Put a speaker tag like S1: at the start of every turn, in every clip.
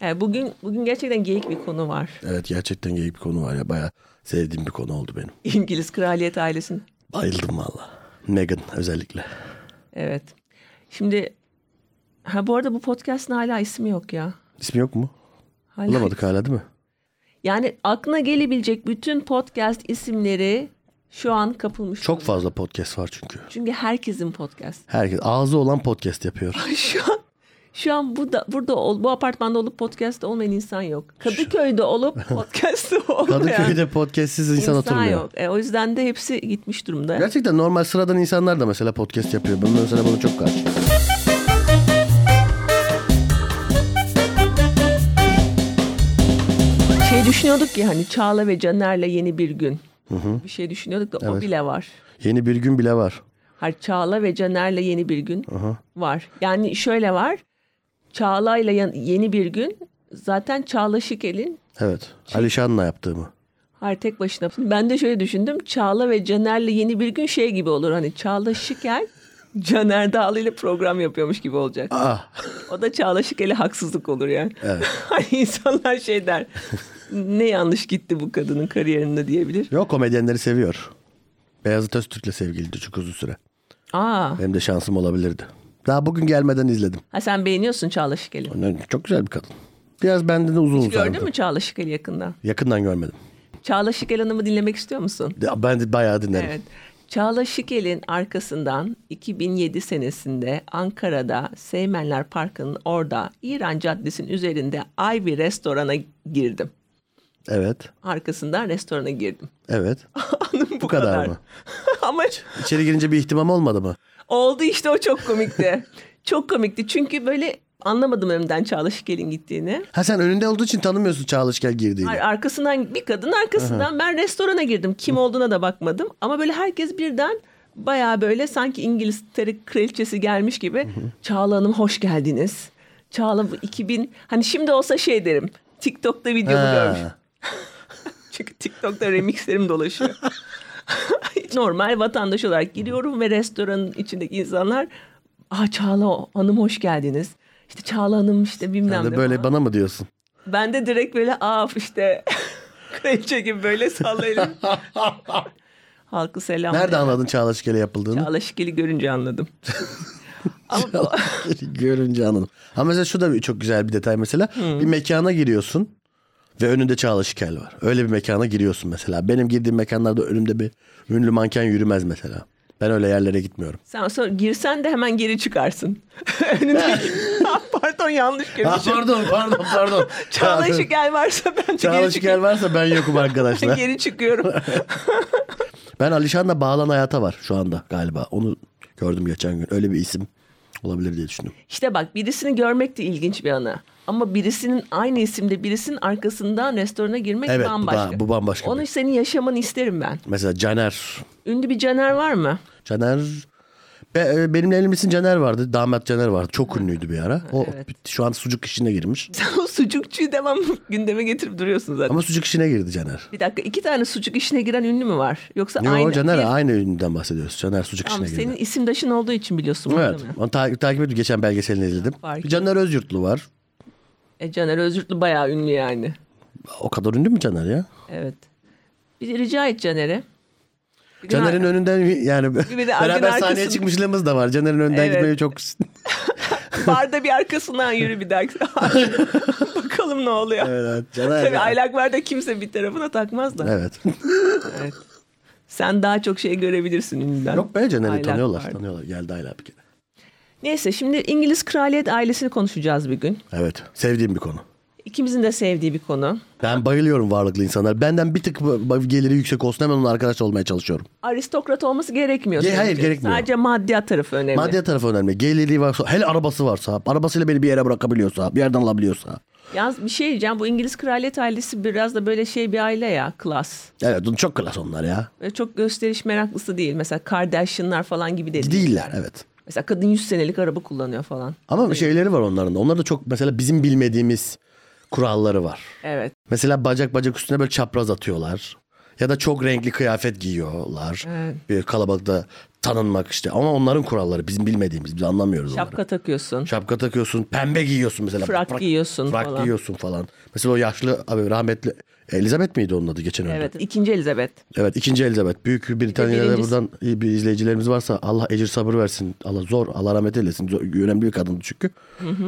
S1: Yani E, bugün bugün gerçekten geyik bir konu var.
S2: Evet gerçekten geyik bir konu var ya. Baya sevdiğim bir konu oldu benim.
S1: İngiliz kraliyet ailesinin.
S2: Bayıldım valla. Meghan özellikle.
S1: Evet. Şimdi ha bu arada bu podcast'ın hala ismi yok ya.
S2: İsmi yok mu?
S1: Hala
S2: Bulamadık hala değil mi?
S1: Yani aklına gelebilecek bütün podcast isimleri şu an kapılmış.
S2: Çok
S1: durumda.
S2: fazla podcast var çünkü.
S1: Çünkü herkesin podcast.
S2: Herkes ağzı olan podcast yapıyor.
S1: şu an şu an burada burada ol, bu apartmanda olup podcast'te olmayan insan yok. Kadıköy'de olup podcast'te olmayan
S2: Kadıköy'de podcastsiz insan, oturmuyor.
S1: yok. E, o yüzden de hepsi gitmiş durumda.
S2: Gerçekten normal sıradan insanlar da mesela podcast yapıyor. Ben mesela bunu çok karşı.
S1: Şey düşünüyorduk ya hani Çağla ve Caner'le yeni bir gün. Bir şey düşünüyorduk da o
S2: Evet.
S1: bile var.
S2: Yeni bir gün bile var.
S1: Hayır Çağla ve Caner'le yeni bir gün var. Yani şöyle var. Çağla'yla yan- yeni bir gün zaten Çağla Şikel'in
S2: Evet. Alişan'la yaptığımı.
S1: Hayır tek başına. Ben de şöyle düşündüm. Çağla ve Caner'le yeni bir gün şey gibi olur. Hani Çağla Şikel Caner Dağlı ile program yapıyormuş gibi olacak.
S2: Aa.
S1: O da Çağla Şikel'e haksızlık olur yani.
S2: Evet.
S1: hani insanlar şey der. ne yanlış gitti bu kadının kariyerinde diyebilir.
S2: Yok komedyenleri seviyor. Beyazıt Öztürk'le sevgiliydi çok uzun süre.
S1: Aa,
S2: Benim de şansım olabilirdi. Daha bugün gelmeden izledim.
S1: ha sen beğeniyorsun Çağla Şikel'i.
S2: Ondan- Çok güzel bir kadın. Biraz benden de uzun
S1: Gördün
S2: uzandı.
S1: mü Çağla Şikel'i yakında?
S2: Yakından görmedim.
S1: Çağla Şikel Hanım'ı dinlemek istiyor musun?
S2: De- Ben de bayağı dinlerim.
S1: Evet. Çağla Şikel'in arkasından 2007 senesinde Ankara'da Seymenler Parkı'nın orada İran Caddesi'nin üzerinde Ivy restorana girdim.
S2: Evet.
S1: Arkasından restorana girdim.
S2: Evet.
S1: Anım bu,
S2: kadar mı?
S1: Ama
S2: İçeri girince bir ihtimam olmadı mı?
S1: oldu işte o çok komikti. çok komikti çünkü böyle anlamadım önümden Çağla Şikel'in gittiğini.
S2: Ha sen önünde olduğu için tanımıyorsun Çağlışkel girdiğini.
S1: Hayır, arkasından bir kadın arkasından ben restorana girdim. Kim olduğuna da bakmadım. Ama böyle herkes birden baya böyle sanki İngiltere kraliçesi gelmiş gibi. Çağla Hanım hoş geldiniz. Çağla bu 2000 hani şimdi olsa şey derim. TikTok'ta videomu
S2: Ha.
S1: görmüş. Çünkü TikTok'ta remixlerim dolaşıyor. Normal vatandaş olarak giriyorum ve restoranın içindeki insanlar Aa Çağla Hanım hoş geldiniz. İşte Çağla Hanım işte bilmem
S2: Sen
S1: ne
S2: de böyle
S1: falan.
S2: bana mı diyorsun?
S1: Ben de direkt böyle af işte kraliçe gibi böyle sallayalım. Halkı selam.
S2: Nerede anladın Çağlışkel'e yapıldığını?
S1: Çağla Şikel'i görünce anladım.
S2: Görünce anladım. Ama mesela şu da bir, çok güzel bir detay mesela. Bir mekana giriyorsun ve önünde Çağla Şikel var. Öyle bir mekana giriyorsun mesela. Benim girdiğim mekanlarda önümde bir ünlü manken yürümez mesela. Ben öyle yerlere gitmiyorum.
S1: Sen sonra girsen de hemen geri çıkarsın. Önündeki... Ah, Pardon yanlış
S2: Ah,
S1: görmüşüm.
S2: pardon pardon pardon.
S1: Çağla Şikel varsa ben de
S2: Çağla
S1: geri
S2: Şikel
S1: çıkıyorum.
S2: varsa ben yokum arkadaşlar.
S1: geri çıkıyorum.
S2: ben Alişan'la Bağlan Hayata var şu anda galiba. Onu gördüm geçen gün. Öyle bir isim olabilir diye düşündüm.
S1: İşte bak birisini görmek de ilginç bir anı. Ama birisinin aynı isimde birisinin arkasından restorana girmek
S2: Evet, bu
S1: bambaşka.
S2: ba- bu bambaşka
S1: Onu
S2: bir-
S1: senin yaşamanı isterim ben.
S2: Mesela Caner
S1: Ünlü bir Caner var mı?
S2: Caner Be- e, benimle evlenmişsin Caner vardı. Damat Caner vardı. Çok ünlüydü bir ara. O
S1: evet.
S2: şu an sucuk işine girmiş.
S1: Sen o sucukçuyu devam gündeme getirip duruyorsun zaten.
S2: Ama sucuk işine girdi Caner.
S1: Bir dakika iki tane sucuk işine giren ünlü mü var? Yoksa
S2: Yo,
S1: aynı
S2: Caner
S1: bir-
S2: aynı ünlüden bahsediyoruz. Caner sucuk
S1: Tamam,
S2: işine girdi.
S1: senin isimdaşın olduğu için biliyorsun bunu
S2: Evet.
S1: değil mi?
S2: Onu ta- takip edip geçen belgeselini izledim.
S1: fark
S2: Bir Caner Özyurtlu var.
S1: E, Caner Özürtlü bayağı ünlü yani.
S2: O kadar ünlü mü Caner ya?
S1: Evet. Bir de rica et Caner'e. Bir gün
S2: Caner'in
S1: ar-
S2: önünden yani
S1: Bir de
S2: beraber
S1: arkın
S2: sahneye
S1: arkasın-
S2: çıkmışlığımız da var. Caner'in önünden
S1: Evet.
S2: gitmeyi çok
S1: barda bir arkasından yürü bir dakika. Bakalım ne oluyor.
S2: Evet, Caner.
S1: Tabii aylaklarda kimse bir tarafına takmaz da.
S2: Evet.
S1: Evet. Sen daha çok şey görebilirsin ünlüden.
S2: Yok be Caner'i
S1: Aylak
S2: tanıyorlar.
S1: vardı.
S2: Tanıyorlar. Geldi Ayla bir kere.
S1: Neyse şimdi İngiliz kraliyet ailesini konuşacağız bir gün.
S2: Evet. Sevdiğim bir konu.
S1: İkimizin de sevdiği bir konu.
S2: Ben bayılıyorum varlıklı insanlar. Benden bir tık ba- ba- geliri yüksek olsun hemen onun arkadaş olmaya çalışıyorum.
S1: aristokrat olması gerekmiyor.
S2: Ge- hayır,
S1: sadece.
S2: gerekmiyor.
S1: Sadece maddiyat tarafı önemli.
S2: Maddiyat tarafı önemli. Geliri varsa, hele arabası varsa, arabasıyla beni bir yere bırakabiliyorsa, bir yerden alabiliyorsa.
S1: Yalnız bir şey diyeceğim. Bu İngiliz kraliyet ailesi biraz da böyle şey bir aile ya. Klas.
S2: Evet çok klas onlar ya.
S1: Böyle çok gösteriş meraklısı değil. Mesela Kardashian'lar falan gibi de değil.
S2: Değiller evet.
S1: Mesela kadın 100 senelik araba kullanıyor falan.
S2: Ama bir şeyleri var onların da. Onlar da çok mesela bizim bilmediğimiz kuralları var.
S1: Evet.
S2: Mesela bacak bacak üstüne böyle çapraz atıyorlar. Ya da çok renkli kıyafet giyiyorlar.
S1: Evet.
S2: Bir kalabalıkta tanınmak işte. Ama onların kuralları bizim bilmediğimiz. Biz anlamıyoruz onları.
S1: Şapka takıyorsun.
S2: Şapka takıyorsun, pembe giyiyorsun mesela.
S1: Frak giyiyorsun
S2: frak
S1: falan.
S2: giyiyorsun falan. Mesela o yaşlı abi rahmetli Elizabeth miydi onun adı geçen öldü?
S1: Evet. ikinci Elizabeth.
S2: Evet ikinci Elizabeth. Büyük Britanya'da
S1: birincisi-
S2: buradan iyi bir izleyicilerimiz varsa Allah ecir sabır versin. Allah zor Allah rahmet eylesin. Zor- önemli bir kadındı çünkü.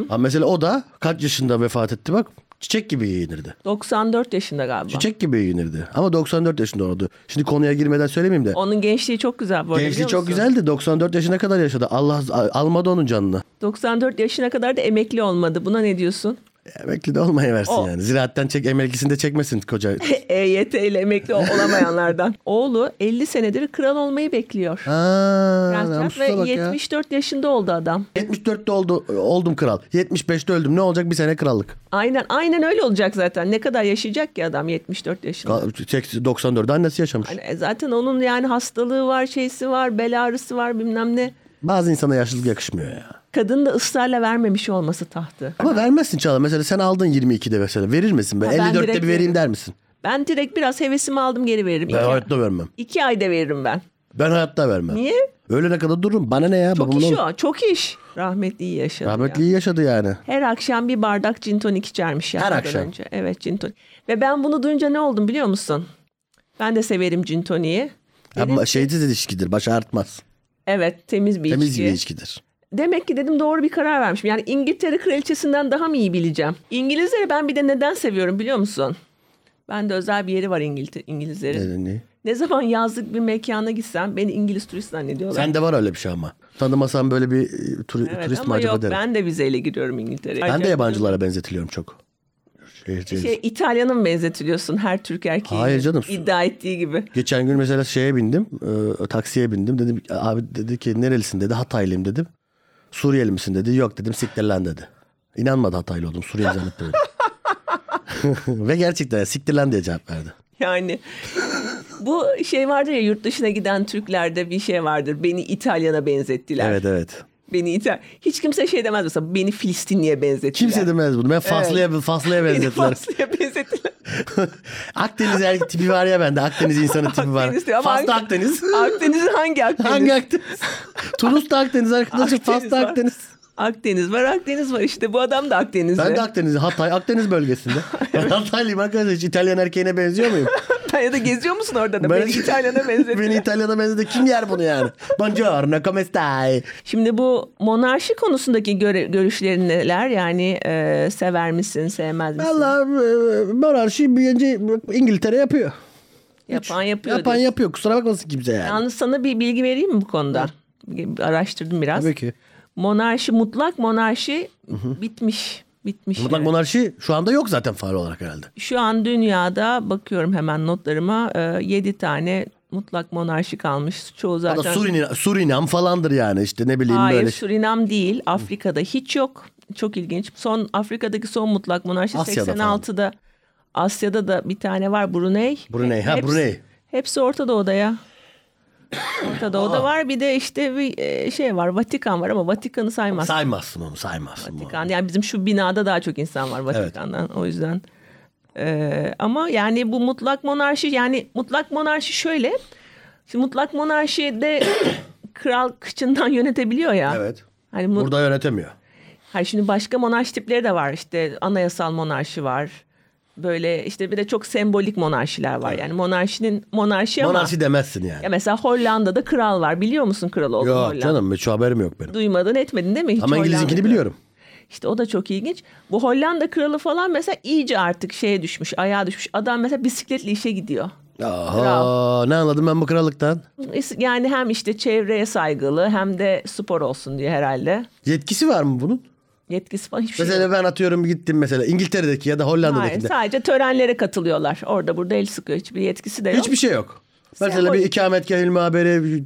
S2: Ama mesela o da kaç yaşında vefat etti bak. Çiçek gibi giyinirdi.
S1: 94 yaşında galiba.
S2: Çiçek gibi giyinirdi. Ama 94 yaşında oldu. Şimdi konuya girmeden söylemeyeyim de.
S1: Onun gençliği çok güzel bu arada
S2: Gençliği
S1: biliyor
S2: çok
S1: musun?
S2: güzeldi. 94 yaşına kadar yaşadı. Allah almadı onun canını.
S1: 94 yaşına kadar da emekli olmadı. Buna ne diyorsun?
S2: Emekli de olmaya versin
S1: O-
S2: yani. Ziraatten çek emeklisini de çekmesin koca.
S1: EYT E ile emekli olamayanlardan. Oğlu 50 senedir kral olmayı bekliyor.
S2: Aa,
S1: Prens Charles
S2: namussuza bak
S1: ve
S2: ya.
S1: 74 yaşında oldu adam.
S2: 74'te oldu, oldum kral. 75'te öldüm. Ne olacak bir sene krallık.
S1: Aynen aynen öyle olacak zaten. Ne kadar yaşayacak ki adam 74 yaşında.
S2: Kal- 94'de annesi yaşamış.
S1: Yani e, zaten onun yani hastalığı var, şeysi var, bel ağrısı var bilmem ne.
S2: Bazı insana yaşlılık yakışmıyor ya.
S1: Kadın da ısrarla vermemiş olması tahtı.
S2: Ama vermezsin Çağla. Mesela sen aldın 22'de mesela. Verir misin? Ben
S1: Ha, ben
S2: 54'te
S1: direkt
S2: bir vereyim
S1: veririm.
S2: der misin?
S1: Ben direkt biraz hevesimi aldım geri veririm.
S2: Ben
S1: İki-
S2: hayatta vermem.
S1: İki ayda veririm ben.
S2: Ben hayatta vermem.
S1: Niye?
S2: Öğlene kadar dururum. Bana ne ya?
S1: Çok
S2: Babamın
S1: iş
S2: oğlu.
S1: o. Çok iş. Rahmetli iyi yaşadı.
S2: Rahmetli
S1: ya.
S2: iyi yaşadı yani.
S1: Her akşam bir bardak cin tonik içermiş
S2: Her
S1: yatmadan
S2: akşam?
S1: önce. Evet cin tonik. Ve ben bunu duyunca ne oldum biliyor musun? Ben de severim cin toniği.
S2: Ama şeysiz ilişkidir. Baş artmaz.
S1: Evet temiz bir
S2: Temiz
S1: içki.
S2: bir ilişkidir.
S1: Demek ki dedim doğru bir karar vermişim. Yani İngiltere kraliçesinden daha mı iyi bileceğim? İngilizleri ben bir de neden seviyorum biliyor musun? Ben de özel bir yeri var İngiltere, İngilizlerin.
S2: Yani ne?
S1: Ne zaman yazlık bir mekana gitsem beni İngiliz turist zannediyorlar.
S2: Sende var öyle bir şey ama. Tanımasan böyle bir e, turi-
S1: Evet,
S2: turist mi
S1: ama
S2: acaba
S1: yok,
S2: derim. Ben,
S1: ben de vizeyle giriyorum İngiltere'ye.
S2: de yabancılara benzetiliyorum çok. Şey- şey-
S1: Şey, İtalyana mı benzetiliyorsun her Türk erkeği?
S2: Hayır canım.
S1: İddia ettiği gibi.
S2: Geçen gün mesela şeye bindim, e, taksiye bindim. Dedim abi dedi ki nerelisin dedi, Hataylıyım dedim. Suriyeli misin dedi. Yok dedim siktir lan dedi. İnanmadı Hataylı oldum, Suriyeli zannetti beni. Ve gerçekten siktir lan diye cevap verdi.
S1: Yani bu şey vardır ya yurt dışına giden Türklerde bir şey vardır. Beni İtalyana benzettiler.
S2: Evet evet.
S1: Beni İtal Hiç kimse şey demez mesela beni Filistinli'ye benzettiler.
S2: Kimse demez bunu. Ben Faslı'ya Faslı'ya
S1: Beni
S2: benzettiler.
S1: Faslı'ya benzettiler.
S2: Akdeniz erkek tipi var ya bende. Akdeniz insanı tipi var.
S1: Akdeniz diyor ama
S2: Faslı
S1: hangi-
S2: Akdeniz.
S1: Akdeniz'in hangi Akdeniz?
S2: Hangi Akdeniz? Tunus da Akdeniz arkadaşım. Faslı
S1: var.
S2: Akdeniz.
S1: Akdeniz var, Akdeniz var. İşte bu adam da Akdenizli.
S2: Ben de Akdeniz, Hatay, Akdeniz bölgesinde. Ben Hataylıyım arkadaşlar. Hiç İtalyan erkeğine benziyor muyum?
S1: Sen ya da geziyor musun orada da?
S2: Ben-
S1: Beni İtalyana benzettiler.
S2: Beni İtalyana benzedi. Kim yer bunu yani? Buongiorno, come stai?
S1: Şimdi bu monarşi konusundaki göre- görüşlerin neler? Yani e, sever misin, sevmez misin?
S2: Valla e, monarşi birinci İngiltere yapıyor.
S1: Yapan yapıyor.
S2: Yapan
S1: diyorsun.
S2: yapıyor. Kusura bakmasın kimse yani.
S1: Yalnız sana bir bilgi vereyim mi bu konuda? Araştırdım biraz.
S2: Tabii ki.
S1: Monarşi, mutlak monarşi bitmiş. Bitmiş.
S2: Mutlak
S1: evet.
S2: monarşi şu anda yok zaten faal olarak herhalde.
S1: Şu an dünyada bakıyorum hemen notlarıma. 7 tane mutlak monarşi kalmış. Çoğu
S2: O
S1: zaten...
S2: da Surinam, Surinam falandır yani işte ne bileyim
S1: Hayır
S2: böyle.
S1: Surinam değil. Afrika'da hiç yok. Çok ilginç. Son Afrika'daki son mutlak monarşi
S2: Asya'da
S1: 86'da. Asya'da da bir tane var Brunei.
S2: Brunei, ha,
S1: Hepsi-
S2: Brunei.
S1: Hepsi Orta Doğu'da ya. Orta Doğu'da var bir de işte bir e, şey var Vatikan var ama Vatikan'ı saymaz.
S2: Saymazsın onu saymazsın. onu.
S1: Vatikan yani bizim şu binada daha çok insan var Vatikan'dan o yüzden. Ee, ama yani bu mutlak monarşi yani mutlak monarşi şöyle. Şimdi mutlak monarşide kral kıçından yönetebiliyor ya.
S2: Evet.
S1: Hani mut-
S2: Burada yönetemiyor.
S1: Hayır şimdi başka monarşi tipleri de var. İşte anayasal monarşi var. Böyle işte bir de çok sembolik monarşiler var. Yani monarşinin monarşi ama
S2: Monarşi demezsin yani.
S1: ya mesela Hollanda'da kral var. Biliyor musun kral olduğunu
S2: Yok
S1: Hollanda?
S2: canım hiç haberim yok benim.
S1: Duymadın etmedin değil mi? Hiç
S2: Ama İngiliz'inkini
S1: Hollanda'da.
S2: biliyorum.
S1: İşte o da çok ilginç. Bu Hollanda kralı falan mesela iyice artık şeye düşmüş, ayağa düşmüş. Adam mesela bisikletle işe gidiyor.
S2: Aha, ne anladım ben bu krallıktan?
S1: Yani hem işte çevreye saygılı hem de spor olsun diye herhalde.
S2: Yetkisi var mı bunun?
S1: Yetkisi falan hiçbir şey yok.
S2: Mesela ben atıyorum gittim mesela İngiltere'deki ya da
S1: Hayır,
S2: Hollanda'daki.
S1: sadece törenlere katılıyorlar. Orada burada el sıkıyor. Hiçbir yetkisi de yok.
S2: Hiçbir şey yok. Mesela
S1: Sembol-
S2: bir ikametgah ilmi haberi,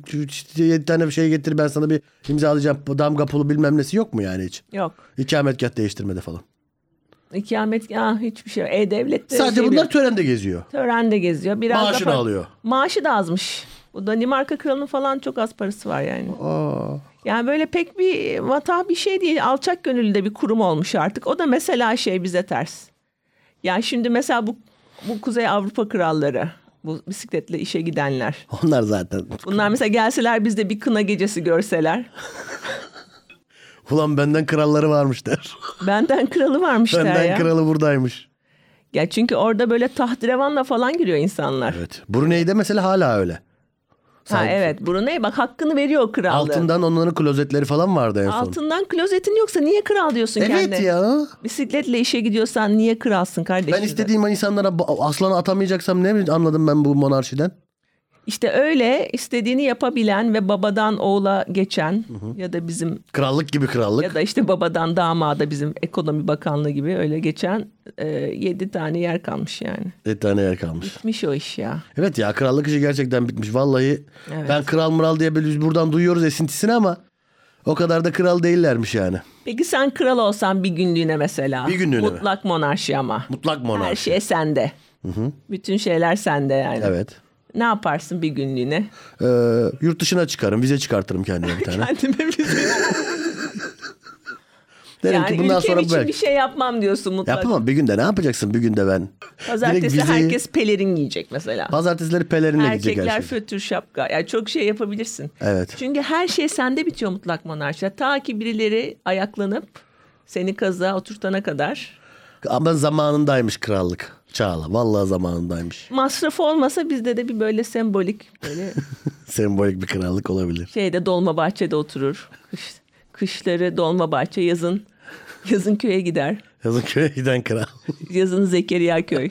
S2: 7 tane bir şey getir ben sana bir imzalayacağım bu damga pulu bilmem nesi yok mu yani hiç?
S1: Yok.
S2: İkametgah değiştirmede falan.
S1: İkamet ah, hiçbir şey yok. E-Devlet'te
S2: Sadece
S1: şey
S2: bunlar
S1: bir-
S2: törende geziyor.
S1: törende geziyor. Biraz da
S2: Maaşını
S1: para-
S2: alıyor.
S1: Maaşı da azmış. Bu Danimarka kralının falan çok az parası var yani.
S2: Aa,
S1: Yani böyle pek bir vata bir şey değil. Alçak gönüllü de bir kurum olmuş artık. O da mesela şey bize ters. Yani şimdi mesela bu bu Kuzey Avrupa kralları Bu bisikletle işe gidenler.
S2: Onlar zaten.
S1: Bunlar mesela gelseler biz de bir kına gecesi görseler.
S2: Ulan benden kralları varmış der.
S1: Benden kralı varmış der
S2: Benden
S1: ya.
S2: kralı buradaymış.
S1: Ya çünkü orada böyle tahtrevanla falan giriyor insanlar.
S2: Evet. Brunei'de mesela hala öyle.
S1: ha
S2: Sanki.
S1: evet Brunei bak hakkını veriyor o krallığı.
S2: Altından onların klozetleri falan vardı en son.
S1: Altından klozetin yoksa niye kral diyorsun kendine?
S2: Evet ya.
S1: Bisikletle işe gidiyorsan niye kralsın kardeşim?
S2: Ben istediğim insanlara ba- aslanı atamayacaksam ne anladım ben bu monarşiden?
S1: İşte öyle istediğini yapabilen ve babadan oğula geçen ya da bizim
S2: Krallık gibi krallık.
S1: ya da işte babadan damada bizim ekonomi bakanlığı gibi öyle geçen e, yedi tane yer kalmış yani.
S2: Bir tane yer kalmış.
S1: Bitmiş o iş ya.
S2: Evet ya krallık işi gerçekten bitmiş. Vallahi
S1: Evet.
S2: ben kral mıral diye böyle biz buradan duyuyoruz esintisini ama o kadar da kral değillermiş yani.
S1: Peki sen kral olsan bir günlüğüne mesela.
S2: Bir günlüğüne mi?
S1: Mutlak monarşi ama.
S2: Mutlak
S1: Her
S2: monarşi.
S1: şey sende. Bütün şeyler sende yani.
S2: Evet.
S1: Ne yaparsın bir günlüğüne?
S2: Ee, yurt dışına çıkarım. Vize çıkartırım kendime bir tane.
S1: Kendime bir
S2: Derim
S1: yani
S2: ki bundan
S1: ülkem
S2: sonra
S1: için
S2: bırak.
S1: bir şey yapmam diyorsun mutlaka.
S2: Yapamam. Bir günde ne yapacaksın? Bir günde ben.
S1: Pazartesi
S2: Direkt vizeyi-
S1: herkes pelerin giyecek mesela.
S2: Pazartesileri pelerinle gidecek her
S1: Erkekler
S2: şey.
S1: fötür şapka. Yani çok şey yapabilirsin.
S2: Evet.
S1: Çünkü her şey sende bitiyor mutlak monarşide. Ta ki birileri ayaklanıp seni kazığa oturtana kadar.
S2: Ama zamanındaymış krallık. Çağla. Vallahi zamanındaymış.
S1: Masrafı olmasa bizde de bir böyle sembolik böyle
S2: Sembolik bir krallık olabilir.
S1: şeyde dolma bahçede oturur. Kış, kışları dolma bahçe yazın. Yazın köye gider.
S2: Yazıköy'e giden kral.
S1: Yazın Zekeriya köy.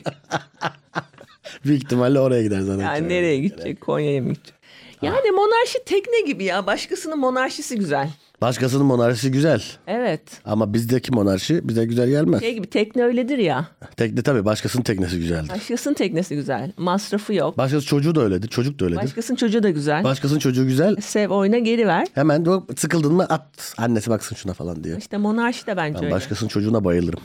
S2: Büyük ihtimalle oraya gider zaten.
S1: Yani nereye gidecek? Konya'ya mı gidecek? Yani monarşi tekne gibi ya. Başkasının monarşisi güzel.
S2: Başkasının monarşisi güzel.
S1: Evet.
S2: Ama bizdeki monarşi bize güzel gelmez.
S1: Şey gibi tekne öyledir ya.
S2: Tekne tabii başkasının teknesi güzeldir.
S1: Başkasının teknesi güzel. Masrafı yok.
S2: Başkası çocuğu da öyledir. Çocuk da öyledir.
S1: Başkasının çocuğu da güzel.
S2: Başkasının çocuğu güzel.
S1: Sev oyna geri ver.
S2: Hemen "Yok, sıkıldın mı at annesi baksın şuna falan diye.
S1: İşte monarşi de bence
S2: Ben
S1: öyle.
S2: başkasının çocuğuna bayılırım.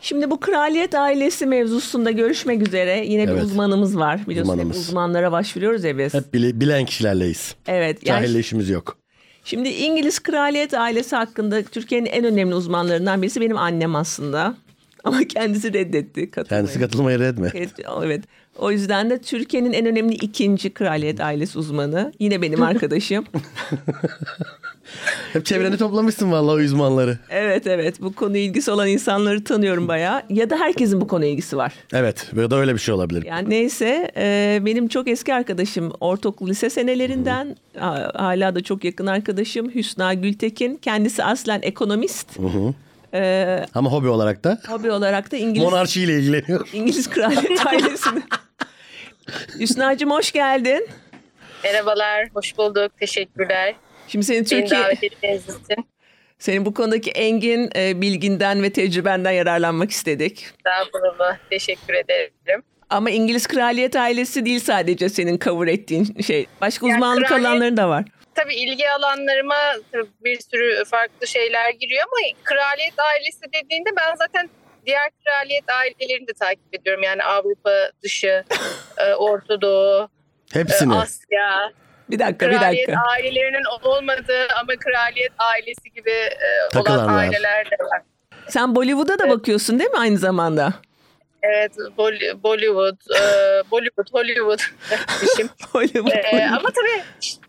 S1: Şimdi bu kraliyet ailesi mevzusunda görüşmek üzere yine bir
S2: Evet.
S1: uzmanımız var. Biliyorsun hep
S2: Uzmanımız.
S1: uzmanlara başvuruyoruz ya biz.
S2: Hep bile, bilen kişilerleyiz.
S1: Evet. yani
S2: Cahille işimiz yok.
S1: Şimdi İngiliz kraliyet ailesi hakkında Türkiye'nin en önemli uzmanlarından birisi benim annem aslında. Ama kendisi reddetti. katılmayı.
S2: Kendisi katılmayı reddetme.
S1: Evet, evet. O yüzden de Türkiye'nin en önemli ikinci kraliyet ailesi uzmanı. Yine benim arkadaşım.
S2: Hep çevreni toplamışsın vallahi o uzmanları.
S1: evet evet bu konuya ilgisi olan insanları tanıyorum bayağı. Ya da herkesin bu konuya ilgisi var.
S2: Evet ya da öyle bir şey olabilir.
S1: Yani neyse e, benim çok eski arkadaşım ortaokul lise senelerinden ha- hala da çok yakın arkadaşım Hüsna Gültekin. Kendisi aslen ekonomist. E,
S2: Ama hobi olarak da
S1: hobi olarak da İngiliz
S2: monarşiyle ilgileniyor.
S1: İngiliz kraliyet ailesini. Hüsna'cığım hoş geldin.
S3: Merhabalar, hoş bulduk. Teşekkürler.
S1: Şimdi senin
S3: Beni
S1: Türkiye,
S3: davet ettiğiniz için
S1: senin bu konudaki engin e, bilginden ve tecrübenden yararlanmak istedik.
S3: daha gururlu. Teşekkür ederim.
S1: Ama İngiliz kraliyet ailesi değil sadece senin cover ettiğin şey. Başka
S3: Ya
S1: uzmanlık
S3: kraliyet-
S1: alanları da var.
S3: Tabii ilgi alanlarıma tabii bir sürü farklı şeyler giriyor ama kraliyet ailesi dediğinde ben zaten diğer kraliyet ailelerini de takip ediyorum. Yani Avrupa dışı, e, Orta Doğu, e,
S2: Hepsini.
S3: Asya.
S1: Bir dakika, bir
S3: Kraliyet
S1: dakika.
S3: ailelerinin olmadığı ama kraliyet ailesi gibi e, olan
S2: Takılanlar.
S3: aileler de var.
S1: Sen Bollywood'a da bakıyorsun değil mi aynı zamanda?
S3: Evet, Bol- Bollywood, e, Bollywood, Hollywood demişim.
S1: Hollywood.
S3: Ee, ama tabii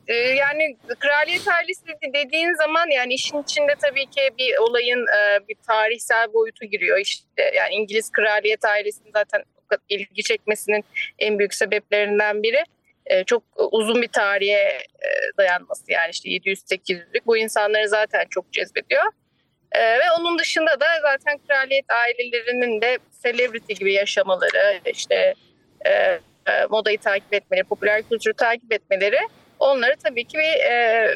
S3: e, yani kraliyet ailesi dedi- dediğin zaman yani işin içinde tabii ki bir olayın e, bir tarihsel boyutu giriyor işte yani İngiliz kraliyet ailesinin zaten bu kadar ilgi çekmesinin en büyük sebeplerinden biri e, çok uzun bir tarihe e, dayanması yani işte 700-800'lük bu insanları zaten çok cezbediyor. E, ve onun dışında da zaten kraliyet ailelerinin de celebrity gibi yaşamaları işte e, e, modayı takip etmeleri, popüler kültürü takip etmeleri onları tabii ki bir, e,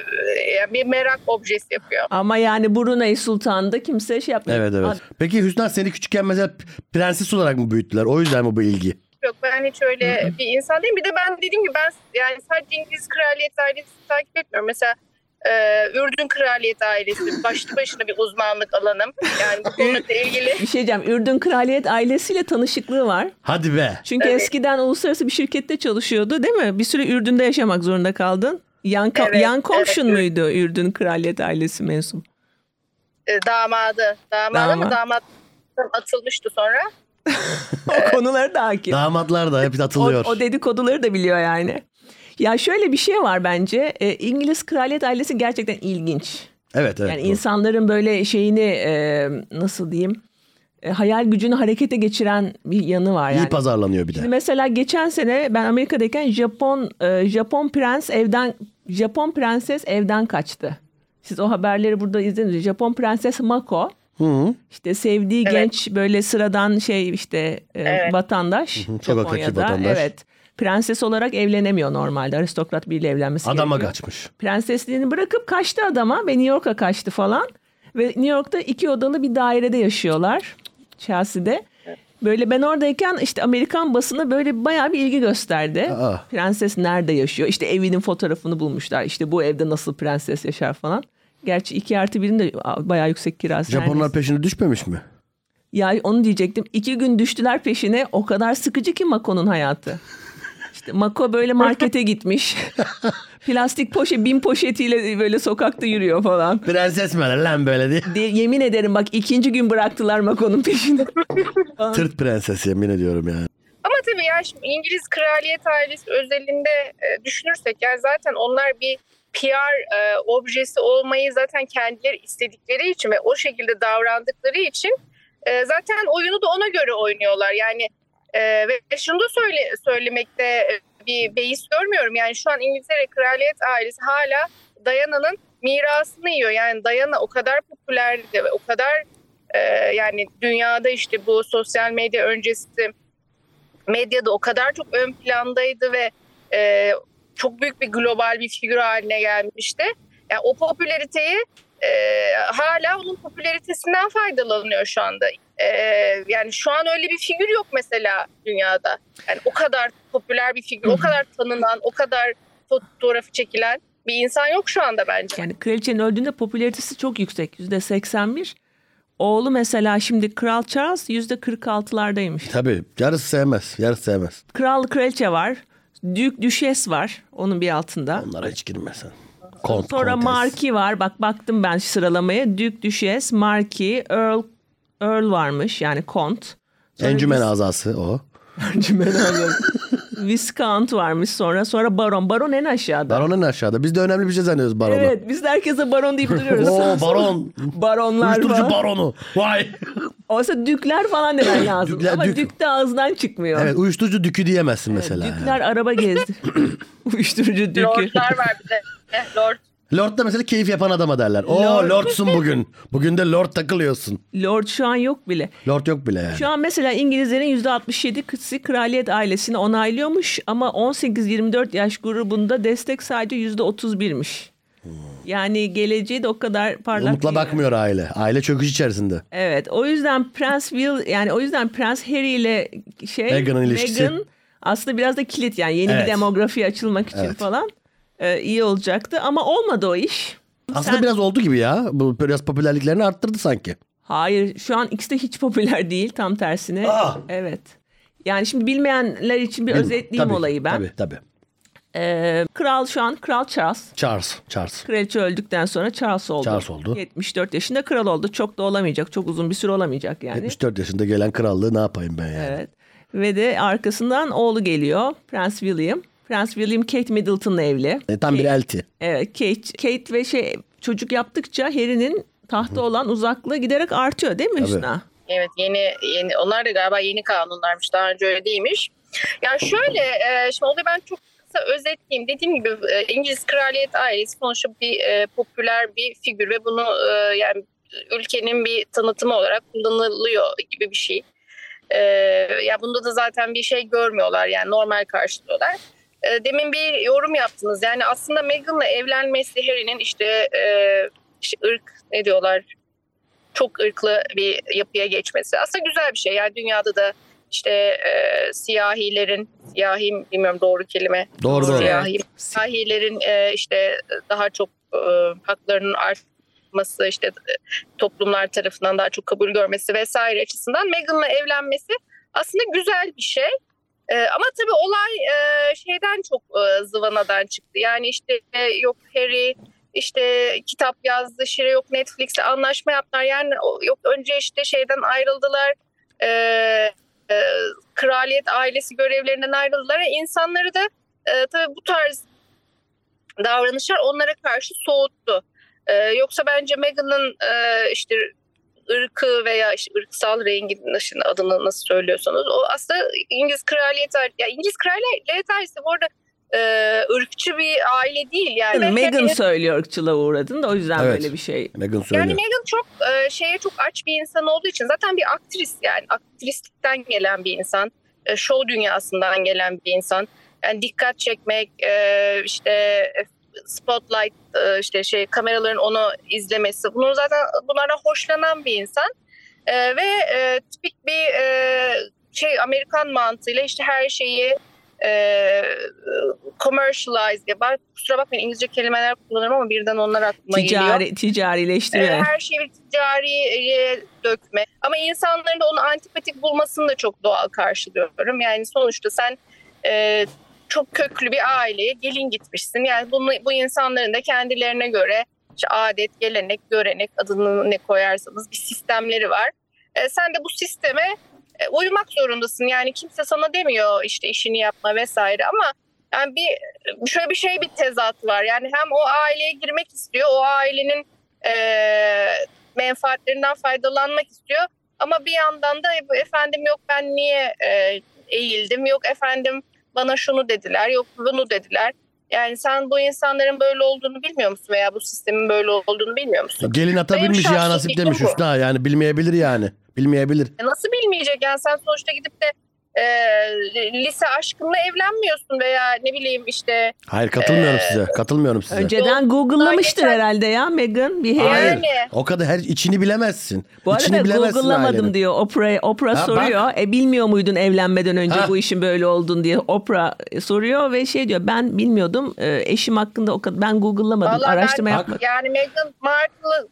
S3: yani bir merak objesi yapıyor.
S1: Ama yani Brunei Sultan'da kimse şey yapmıyor.
S2: Evet evet. Peki Hüsna seni küçükken mesela p- prenses olarak mı büyüttüler? O yüzden mi bu ilgi?
S3: Yok ben hiç öyle bir insan değilim. Bir de ben dediğim gibi ben yani sadece İngiliz kraliyet ailesini takip etmiyorum. Mesela e, Ürdün kraliyet ailesi başlı başına bir uzmanlık alanım. Yani bu konuyla ilgili
S1: Bir şey diyeceğim. Ürdün kraliyet ailesiyle tanışıklığı var.
S2: Hadi be.
S1: Çünkü eskiden uluslararası bir şirkette çalışıyordu değil mi? Bir süre Ürdün'de yaşamak zorunda kaldın. Yan, ko-
S3: Evet,
S1: yan komşun
S3: evet.
S1: muydu Ürdün kraliyet ailesi mensup?
S3: e, damadı, damadı
S1: Damat.
S3: ama damat atılmıştı sonra.
S1: o konuları da hakim.
S2: Damatlar da hep
S1: O,
S2: atılıyor.
S1: o dedikoduları da biliyor yani. Ya şöyle bir şey var bence. E, İngiliz kraliyet ailesi gerçekten ilginç.
S2: evet evet.
S1: Yani
S2: doğru.
S1: insanların böyle şeyini e, nasıl diyeyim e, hayal gücünü harekete geçiren bir yanı var
S2: İyi
S1: yani.
S2: pazarlanıyor bir de.
S1: Şimdi mesela geçen sene ben Amerika'dayken Japon e, Japon prens evden Japon prenses evden kaçtı. Siz o haberleri burada izlediniz. Japon prenses Mako
S2: Hı.
S1: işte sevdiği
S3: Evet.
S1: genç böyle sıradan şey işte e,
S3: Evet.
S1: vatandaş
S2: hı, sokaktaki
S1: Japonya'da
S2: vatandaş.
S1: evet prenses olarak evlenemiyor normalde aristokrat biriyle evlenmesi
S2: Adama
S1: gerekiyor
S2: kaçmış.
S1: prensesliğini bırakıp kaçtı adama ve New York'a kaçtı falan. Ve New York'ta iki odalı bir dairede yaşıyorlar Chelsea'de. Böyle ben oradayken işte Amerikan basını böyle bayağı bir ilgi gösterdi.
S2: Aa.
S1: Prenses nerede yaşıyor? İşte evinin fotoğrafını bulmuşlar. İşte bu evde nasıl prenses yaşar falan. Gerçi iki artı birin de bayağı yüksek kirası.
S2: Japonlar
S1: neredeyse.
S2: peşine düşmemiş mi?
S1: Ya onu diyecektim. İki gün düştüler peşine. O kadar sıkıcı ki Mako'nun hayatı. İşte Mako böyle markete gitmiş. Plastik poşet, bin poşetiyle böyle sokakta yürüyor falan.
S2: Prenses mi lan böyle diye.
S1: De- yemin ederim bak ikinci gün bıraktılar Mako'nun peşini.
S2: Tırt prenses yemin ediyorum yani.
S3: Ama tabii ya şimdi İngiliz kraliyet ailesi özelinde e, düşünürsek yani zaten onlar bir PR e, objesi olmayı zaten kendileri istedikleri için ve o şekilde davrandıkları için e, zaten oyunu da ona göre oynuyorlar. Yani e, ve şunu da söyle, söylemekte e, bir beis görmüyorum. Yani şu an İngiltere kraliyet ailesi hala Diana'nın mirasını yiyor. Yani Diana o kadar popülerdi ve o kadar e, yani dünyada işte bu sosyal medya öncesi medyada o kadar çok ön plandaydı ve e, çok büyük bir global bir figür haline gelmişti. Yani o popülariteyi e, hala onun popülaritesinden faydalanıyor şu anda. E, yani şu an öyle bir figür yok mesela dünyada. Yani o kadar popüler bir figür, o kadar tanınan, o kadar fotoğrafı çekilen bir insan yok şu anda bence.
S1: Yani kraliçenin öldüğünde popülaritesi çok yüksek. Yüzde 81. Oğlu mesela şimdi Kral Charles yüzde 46'lardaymış.
S2: Tabii yarısı sevmez. Yarısı sevmez.
S1: Kral kraliçe var. Dük düşes var onun bir altında.
S2: Onlara hiç girmesen. Kont,
S1: Sonra
S2: kontes.
S1: Marki var. Bak baktım ben sıralamaya. Duke, Duchess, Marki, Earl, Earl varmış. Yani Kont.
S2: Encümen azası o.
S1: Encümen Hanım. Viscount varmış sonra. Sonra Baron. Baron en aşağıda.
S2: Baron en aşağıda. Biz de önemli bir şey zannediyoruz baronu.
S1: Evet biz de herkese Baron deyip duruyoruz.
S2: Oo baron.
S1: Baronlar
S2: Uyuşturucu
S1: var.
S2: baronu. Vay.
S1: Oysa dükler falan demen lazım.
S2: Dükler,
S1: Ama
S2: dük.
S1: dük. de ağzından çıkmıyor.
S2: Evet uyuşturucu dükü diyemezsin mesela. yani.
S1: Dükler araba gezdi. Uyuşturucu dükü.
S3: Lordlar var bir de. Eh, Lord
S2: Lord da mesela keyif yapan adama derler. Oo
S1: Lord.
S2: lordsun bugün. Bugün de lord takılıyorsun.
S1: Lord şu an yok bile.
S2: Lord yok bile yani.
S1: Şu an mesela İngilizlerin %67'si kraliyet ailesini onaylıyormuş ama 18-24 yaş grubunda destek sadece %31'miş. Yani geleceği de o kadar parlak
S2: Umutla
S1: değil.
S2: bakmıyor aile. Aile çöküş içerisinde.
S1: Evet o yüzden Prens Will yani o yüzden Prens Harry ile şey
S2: Meghan'ın ilişkisi.
S1: Meghan aslında biraz da kilit yani yeni
S2: Evet.
S1: bir demografi açılmak için
S2: Evet.
S1: falan e, iyi olacaktı ama olmadı o iş.
S2: Aslında biraz oldu gibi ya. Bu biraz popülerliklerini arttırdı sanki.
S1: Hayır şu an ikisi de hiç popüler değil tam tersine.
S2: Aa!
S1: Evet. Yani şimdi bilmeyenler için bir
S2: Değil mi?
S1: özetleyeyim
S2: Tabii,
S1: olayı ben.
S2: Tabii tabii.
S1: Ee, kral şu an Kral Charles.
S2: Charles. Charles.
S1: Kraliçe öldükten sonra Charles oldu.
S2: Charles oldu.
S1: 74 yaşında kral oldu. Çok da olamayacak. Çok uzun bir süre olamayacak yani.
S2: 74 yaşında gelen krallığı ne yapayım ben yani.
S1: Evet. Ve de arkasından oğlu geliyor. Prens William. Prens William Kate Middleton'la evli.
S2: E, tam bir elti.
S1: Evet Kate, Kate ve şey çocuk yaptıkça Harry'nin tahta olan uzaklığı giderek artıyor değil mi
S2: Tabii.
S1: Hüsna?
S3: Evet yeni yeni onlar da galiba yeni kanunlarmış daha önce öyle değilmiş. Yani şöyle e, şimdi olayı ben çok kısa özetleyeyim. Dediğim gibi e, İngiliz kraliyet ailesi sonuçta bir e, popüler bir figür ve bunu e, yani ülkenin bir tanıtımı olarak kullanılıyor gibi bir şey. E, ya bunda da zaten bir şey görmüyorlar yani normal karşılıyorlar. E, demin bir yorum yaptınız yani aslında Meghan'la evlenmesi Harry'nin işte, e, işte ırk ne diyorlar çok ırklı bir yapıya geçmesi. Aslında güzel bir şey. Yani dünyada da işte e, siyahilerin, siyahi bilmiyorum doğru kelime.
S2: Doğru doğru.
S1: Ya.
S3: Siyahi, siyahilerin e, işte daha çok e, haklarının artması, işte e, toplumlar tarafından daha çok kabul görmesi vesaire açısından Meghan'la evlenmesi aslında güzel bir şey. E, ama tabii olay e, şeyden çok e, zıvanadan çıktı. Yani işte e, yok Harry işte kitap yazdı, şire yok Netflix'le anlaşma yaptılar. Yani o- yok önce işte şeyden ayrıldılar. E, kraliyet ailesi görevlerinden ayrıldılar. İnsanları da e, tabii bu tarz davranışlar onlara karşı soğuttu. E, yoksa bence Meghan'ın e, işte ırkı veya işte ırksal rengi nasıl- adını nasıl söylüyorsanız o aslında İngiliz kraliyet aile- ya İngiliz kraliyet ailesi bu arada e, ırkçı bir aile değil yani.
S1: Meghan söylüyor ırkçılığa uğradın da o yüzden
S2: Evet.
S1: böyle bir şey.
S2: Meghan söylüyor.
S3: Yani Meghan çok e, şeye çok aç bir insan olduğu için zaten bir aktris yani aktrislikten gelen bir insan, e, şov dünyasından gelen bir insan. Yani dikkat çekmek, e, işte e, spotlight e, işte şey kameraların onu izlemesi. Bunu zaten bunlara hoşlanan bir insan. E, ve e, tipik bir e, şey Amerikan mantığıyla işte her şeyi e, commercialize ya ben kusura bakmayın İngilizce kelimeler kullanırım ama birden onlar aklıma geliyor.
S1: Ticari, ticarileştirme.
S3: Ee, Her şeyi ticariye dökme. Ama insanların da onu antipatik bulmasını da çok doğal karşılıyorum. Yani sonuçta sen e, çok köklü bir aileye gelin gitmişsin. Yani bunu, bu insanların da kendilerine göre işte adet, gelenek, görenek adını ne koyarsanız bir sistemleri var. E, sen de bu sisteme e, uymak zorundasın. Yani kimse sana demiyor işte işini yapma vesaire ama yani bir şöyle bir şey bir tezat var. Yani hem o aileye girmek istiyor, o ailenin e, menfaatlerinden faydalanmak istiyor. Ama bir yandan da "E, efendim yok ben niye e, eğildim, yok efendim bana şunu dediler, yok bunu dediler. Yani sen bu insanların böyle olduğunu bilmiyor musun veya bu sistemin böyle olduğunu bilmiyor musun?
S2: Gelin atabilmiş
S3: şahsi
S2: ya nasip
S3: fikrim
S2: demiş
S3: bu.
S2: Hüsna yani bilmeyebilir yani. Bilmeyebilir.
S3: E, Nasıl bilmeyecek yani sen sonuçta gidip de e, lise aşkınla evlenmiyorsun veya ne bileyim işte
S2: Hayır katılmıyorum
S3: Ee,
S2: size. Katılmıyorum size.
S1: Önceden Google'lamıştır
S3: geçen-
S1: herhalde ya Meghan. Bir
S2: Hayır.
S1: hayal.
S3: yani
S2: O kadar her içini bilemezsin.
S1: Bu arada
S2: içini bilemezsin
S1: Google'lamadım
S2: ailenin.
S1: diyor. Oprah, Oprah
S2: Ha,
S1: soruyor. E bilmiyor muydun evlenmeden önce
S2: Ha.
S1: bu işin böyle olduğunu diye Oprah soruyor ve şey diyor ben bilmiyordum. E, eşim hakkında o kadar ben Google'lamadım.
S3: Vallahi ben-
S1: Araştırma
S2: Bak.
S1: yapmadım.
S3: Yani Meghan Markle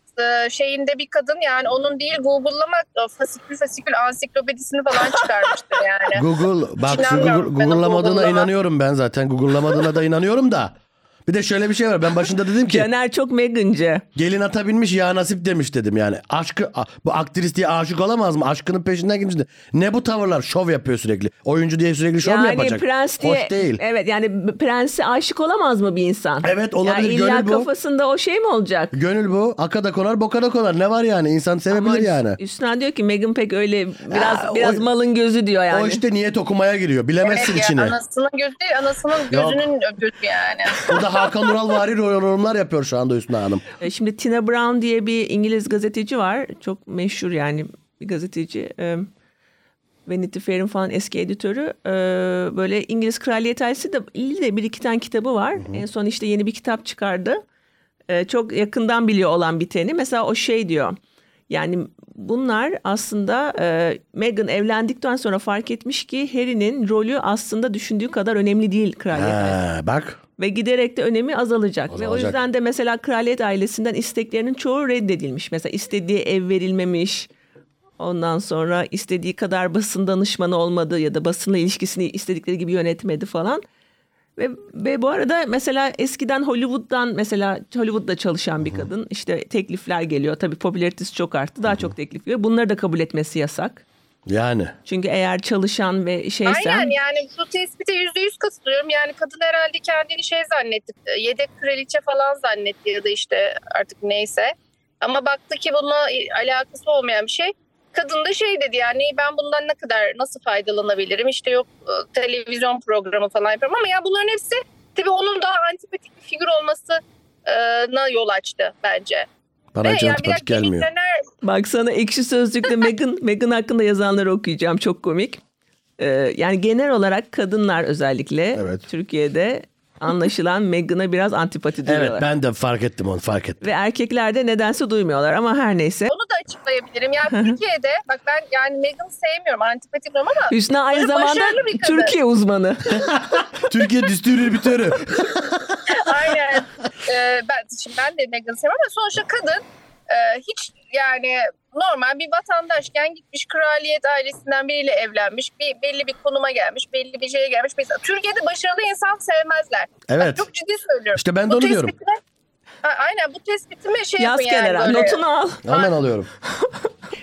S3: e, şeyinde bir kadın yani onun değil Google'lamak o fasikül fasikül ansiklopedisini falan çıkarmıştır yani.
S2: Google bak şu
S3: İnanmıyorum
S2: Google-
S3: ben o
S2: Google'lamadığına
S3: Google'lama.
S2: inanıyorum ben zaten. Google'lamadığına da inanıyorum da. Bir de şöyle bir şey var. Ben başında dedim ki
S1: Caner çok Meghan'cı.
S2: gelin atabilmiş ya nasip demiş dedim yani. Aşkı a- bu aktris diye aşık olamaz mı? Aşkının peşinden gitmiş. de. Ne bu tavırlar? Şov yapıyor sürekli. Oyuncu diye sürekli şov mu
S1: Yani
S2: yapacak?
S1: prens diye
S2: Hoş değil.
S1: evet yani b- prense aşık olamaz mı bir insan?
S2: Evet, olabilir,
S1: Yani illa
S2: gönül bu.
S1: kafasında o şey mi olacak?
S2: Gönül bu. Aka da konar, boka da konar. Ne var yani? İnsan
S1: Ama
S2: sevebilir yani.
S1: Hüsna diyor ki Meghan pek öyle biraz
S2: Ha, o-
S1: biraz malın gözü diyor yani.
S2: O işte niyet okumaya giriyor. Bilemezsin
S3: Evet ya,
S2: içine.
S3: Anasının gözü değil, anasının gözünün gözü yani.
S2: Bu da Hakan Ural vari yorumlar yapıyor şu anda Hüsna Hanım.
S1: E, Şimdi Tina Brown diye bir İngiliz gazeteci var. Çok meşhur yani bir gazeteci. E, Vanity Fair'in falan eski editörü. E, Böyle İngiliz kraliyet ailesi de iyi de bir iki tane kitabı var. En son işte yeni bir kitap çıkardı. E, Çok yakından biliyor olan biteni. Mesela o şey diyor. Yani bunlar aslında e, Meghan evlendikten sonra fark etmiş ki Harry'nin rolü aslında düşündüğü kadar önemli değil kraliyet ailesi
S2: Ha, bak.
S1: ve giderek de önemi azalacak. Ve o
S2: Azalacak.
S1: yüzden de mesela kraliyet ailesinden isteklerinin çoğu reddedilmiş. Mesela istediği ev verilmemiş. Ondan sonra istediği kadar basın danışmanı olmadı ya da basınla ilişkisini istedikleri gibi yönetmedi falan. Ve, ve bu arada mesela eskiden Hollywood'dan mesela Hollywood'da çalışan bir kadın işte teklifler geliyor. Tabii popülaritesi çok arttı. Daha çok teklif geliyor. Bunları da kabul etmesi yasak.
S2: Yani.
S1: Çünkü eğer çalışan ve şeysen
S3: Aynen yani bu tespite yüzde yüz katılıyorum. Yani kadın herhalde kendini şey zannetti, yedek kraliçe falan zannetti ya da işte artık neyse. Ama baktı ki bununla alakası olmayan bir şey. Kadın da şey dedi yani ben bundan ne kadar nasıl faydalanabilirim işte yok e, televizyon programı falan yapıyorum ama ya bunların hepsi tabii onun daha antipatik bir figür olmasına yol açtı bence.
S2: Bana hiç
S3: yani
S2: antipatik
S3: biraz
S2: gelmiyor.
S3: milyoner
S1: Baksana ekşi sözlükte Meghan, Meghan hakkında yazanları okuyacağım. Çok komik. Ee, yani genel olarak kadınlar özellikle
S2: Evet.
S1: Türkiye'de anlaşılan Meghan'a biraz antipati
S2: Evet
S1: duyuyorlar.
S2: ben de fark ettim onu fark ettim.
S1: Ve erkekler de nedense duymuyorlar ama her neyse.
S3: Onu da açıklayabilirim. Yani Türkiye'de bak ben yani Meghan sevmiyorum, antipatik diyorum ama
S1: Hüsna aynı
S3: Böyle
S1: zamanda
S3: başarılı bir kadın.
S1: Türkiye uzmanı.
S2: Türkiye düstürür bitörü.
S3: aynen. Ee, ben şimdi ben de Meghan sevmem ama sonuçta kadın e, hiç yani normal bir vatandaşken gitmiş kraliyet ailesinden biriyle evlenmiş. Bir belli bir konuma gelmiş, belli bir şeye gelmiş. Mesela Türkiye'de başarılı insan sevmezler.
S2: Evet.
S3: Bak çok ciddi söylüyorum.
S2: İşte ben de onu diyorum.
S3: tespitime- Ha, aynen bu tespitime şey
S1: Yaz
S3: yapın yani
S1: kenara
S3: böyle.
S1: notunu al.
S2: Hemen alıyorum.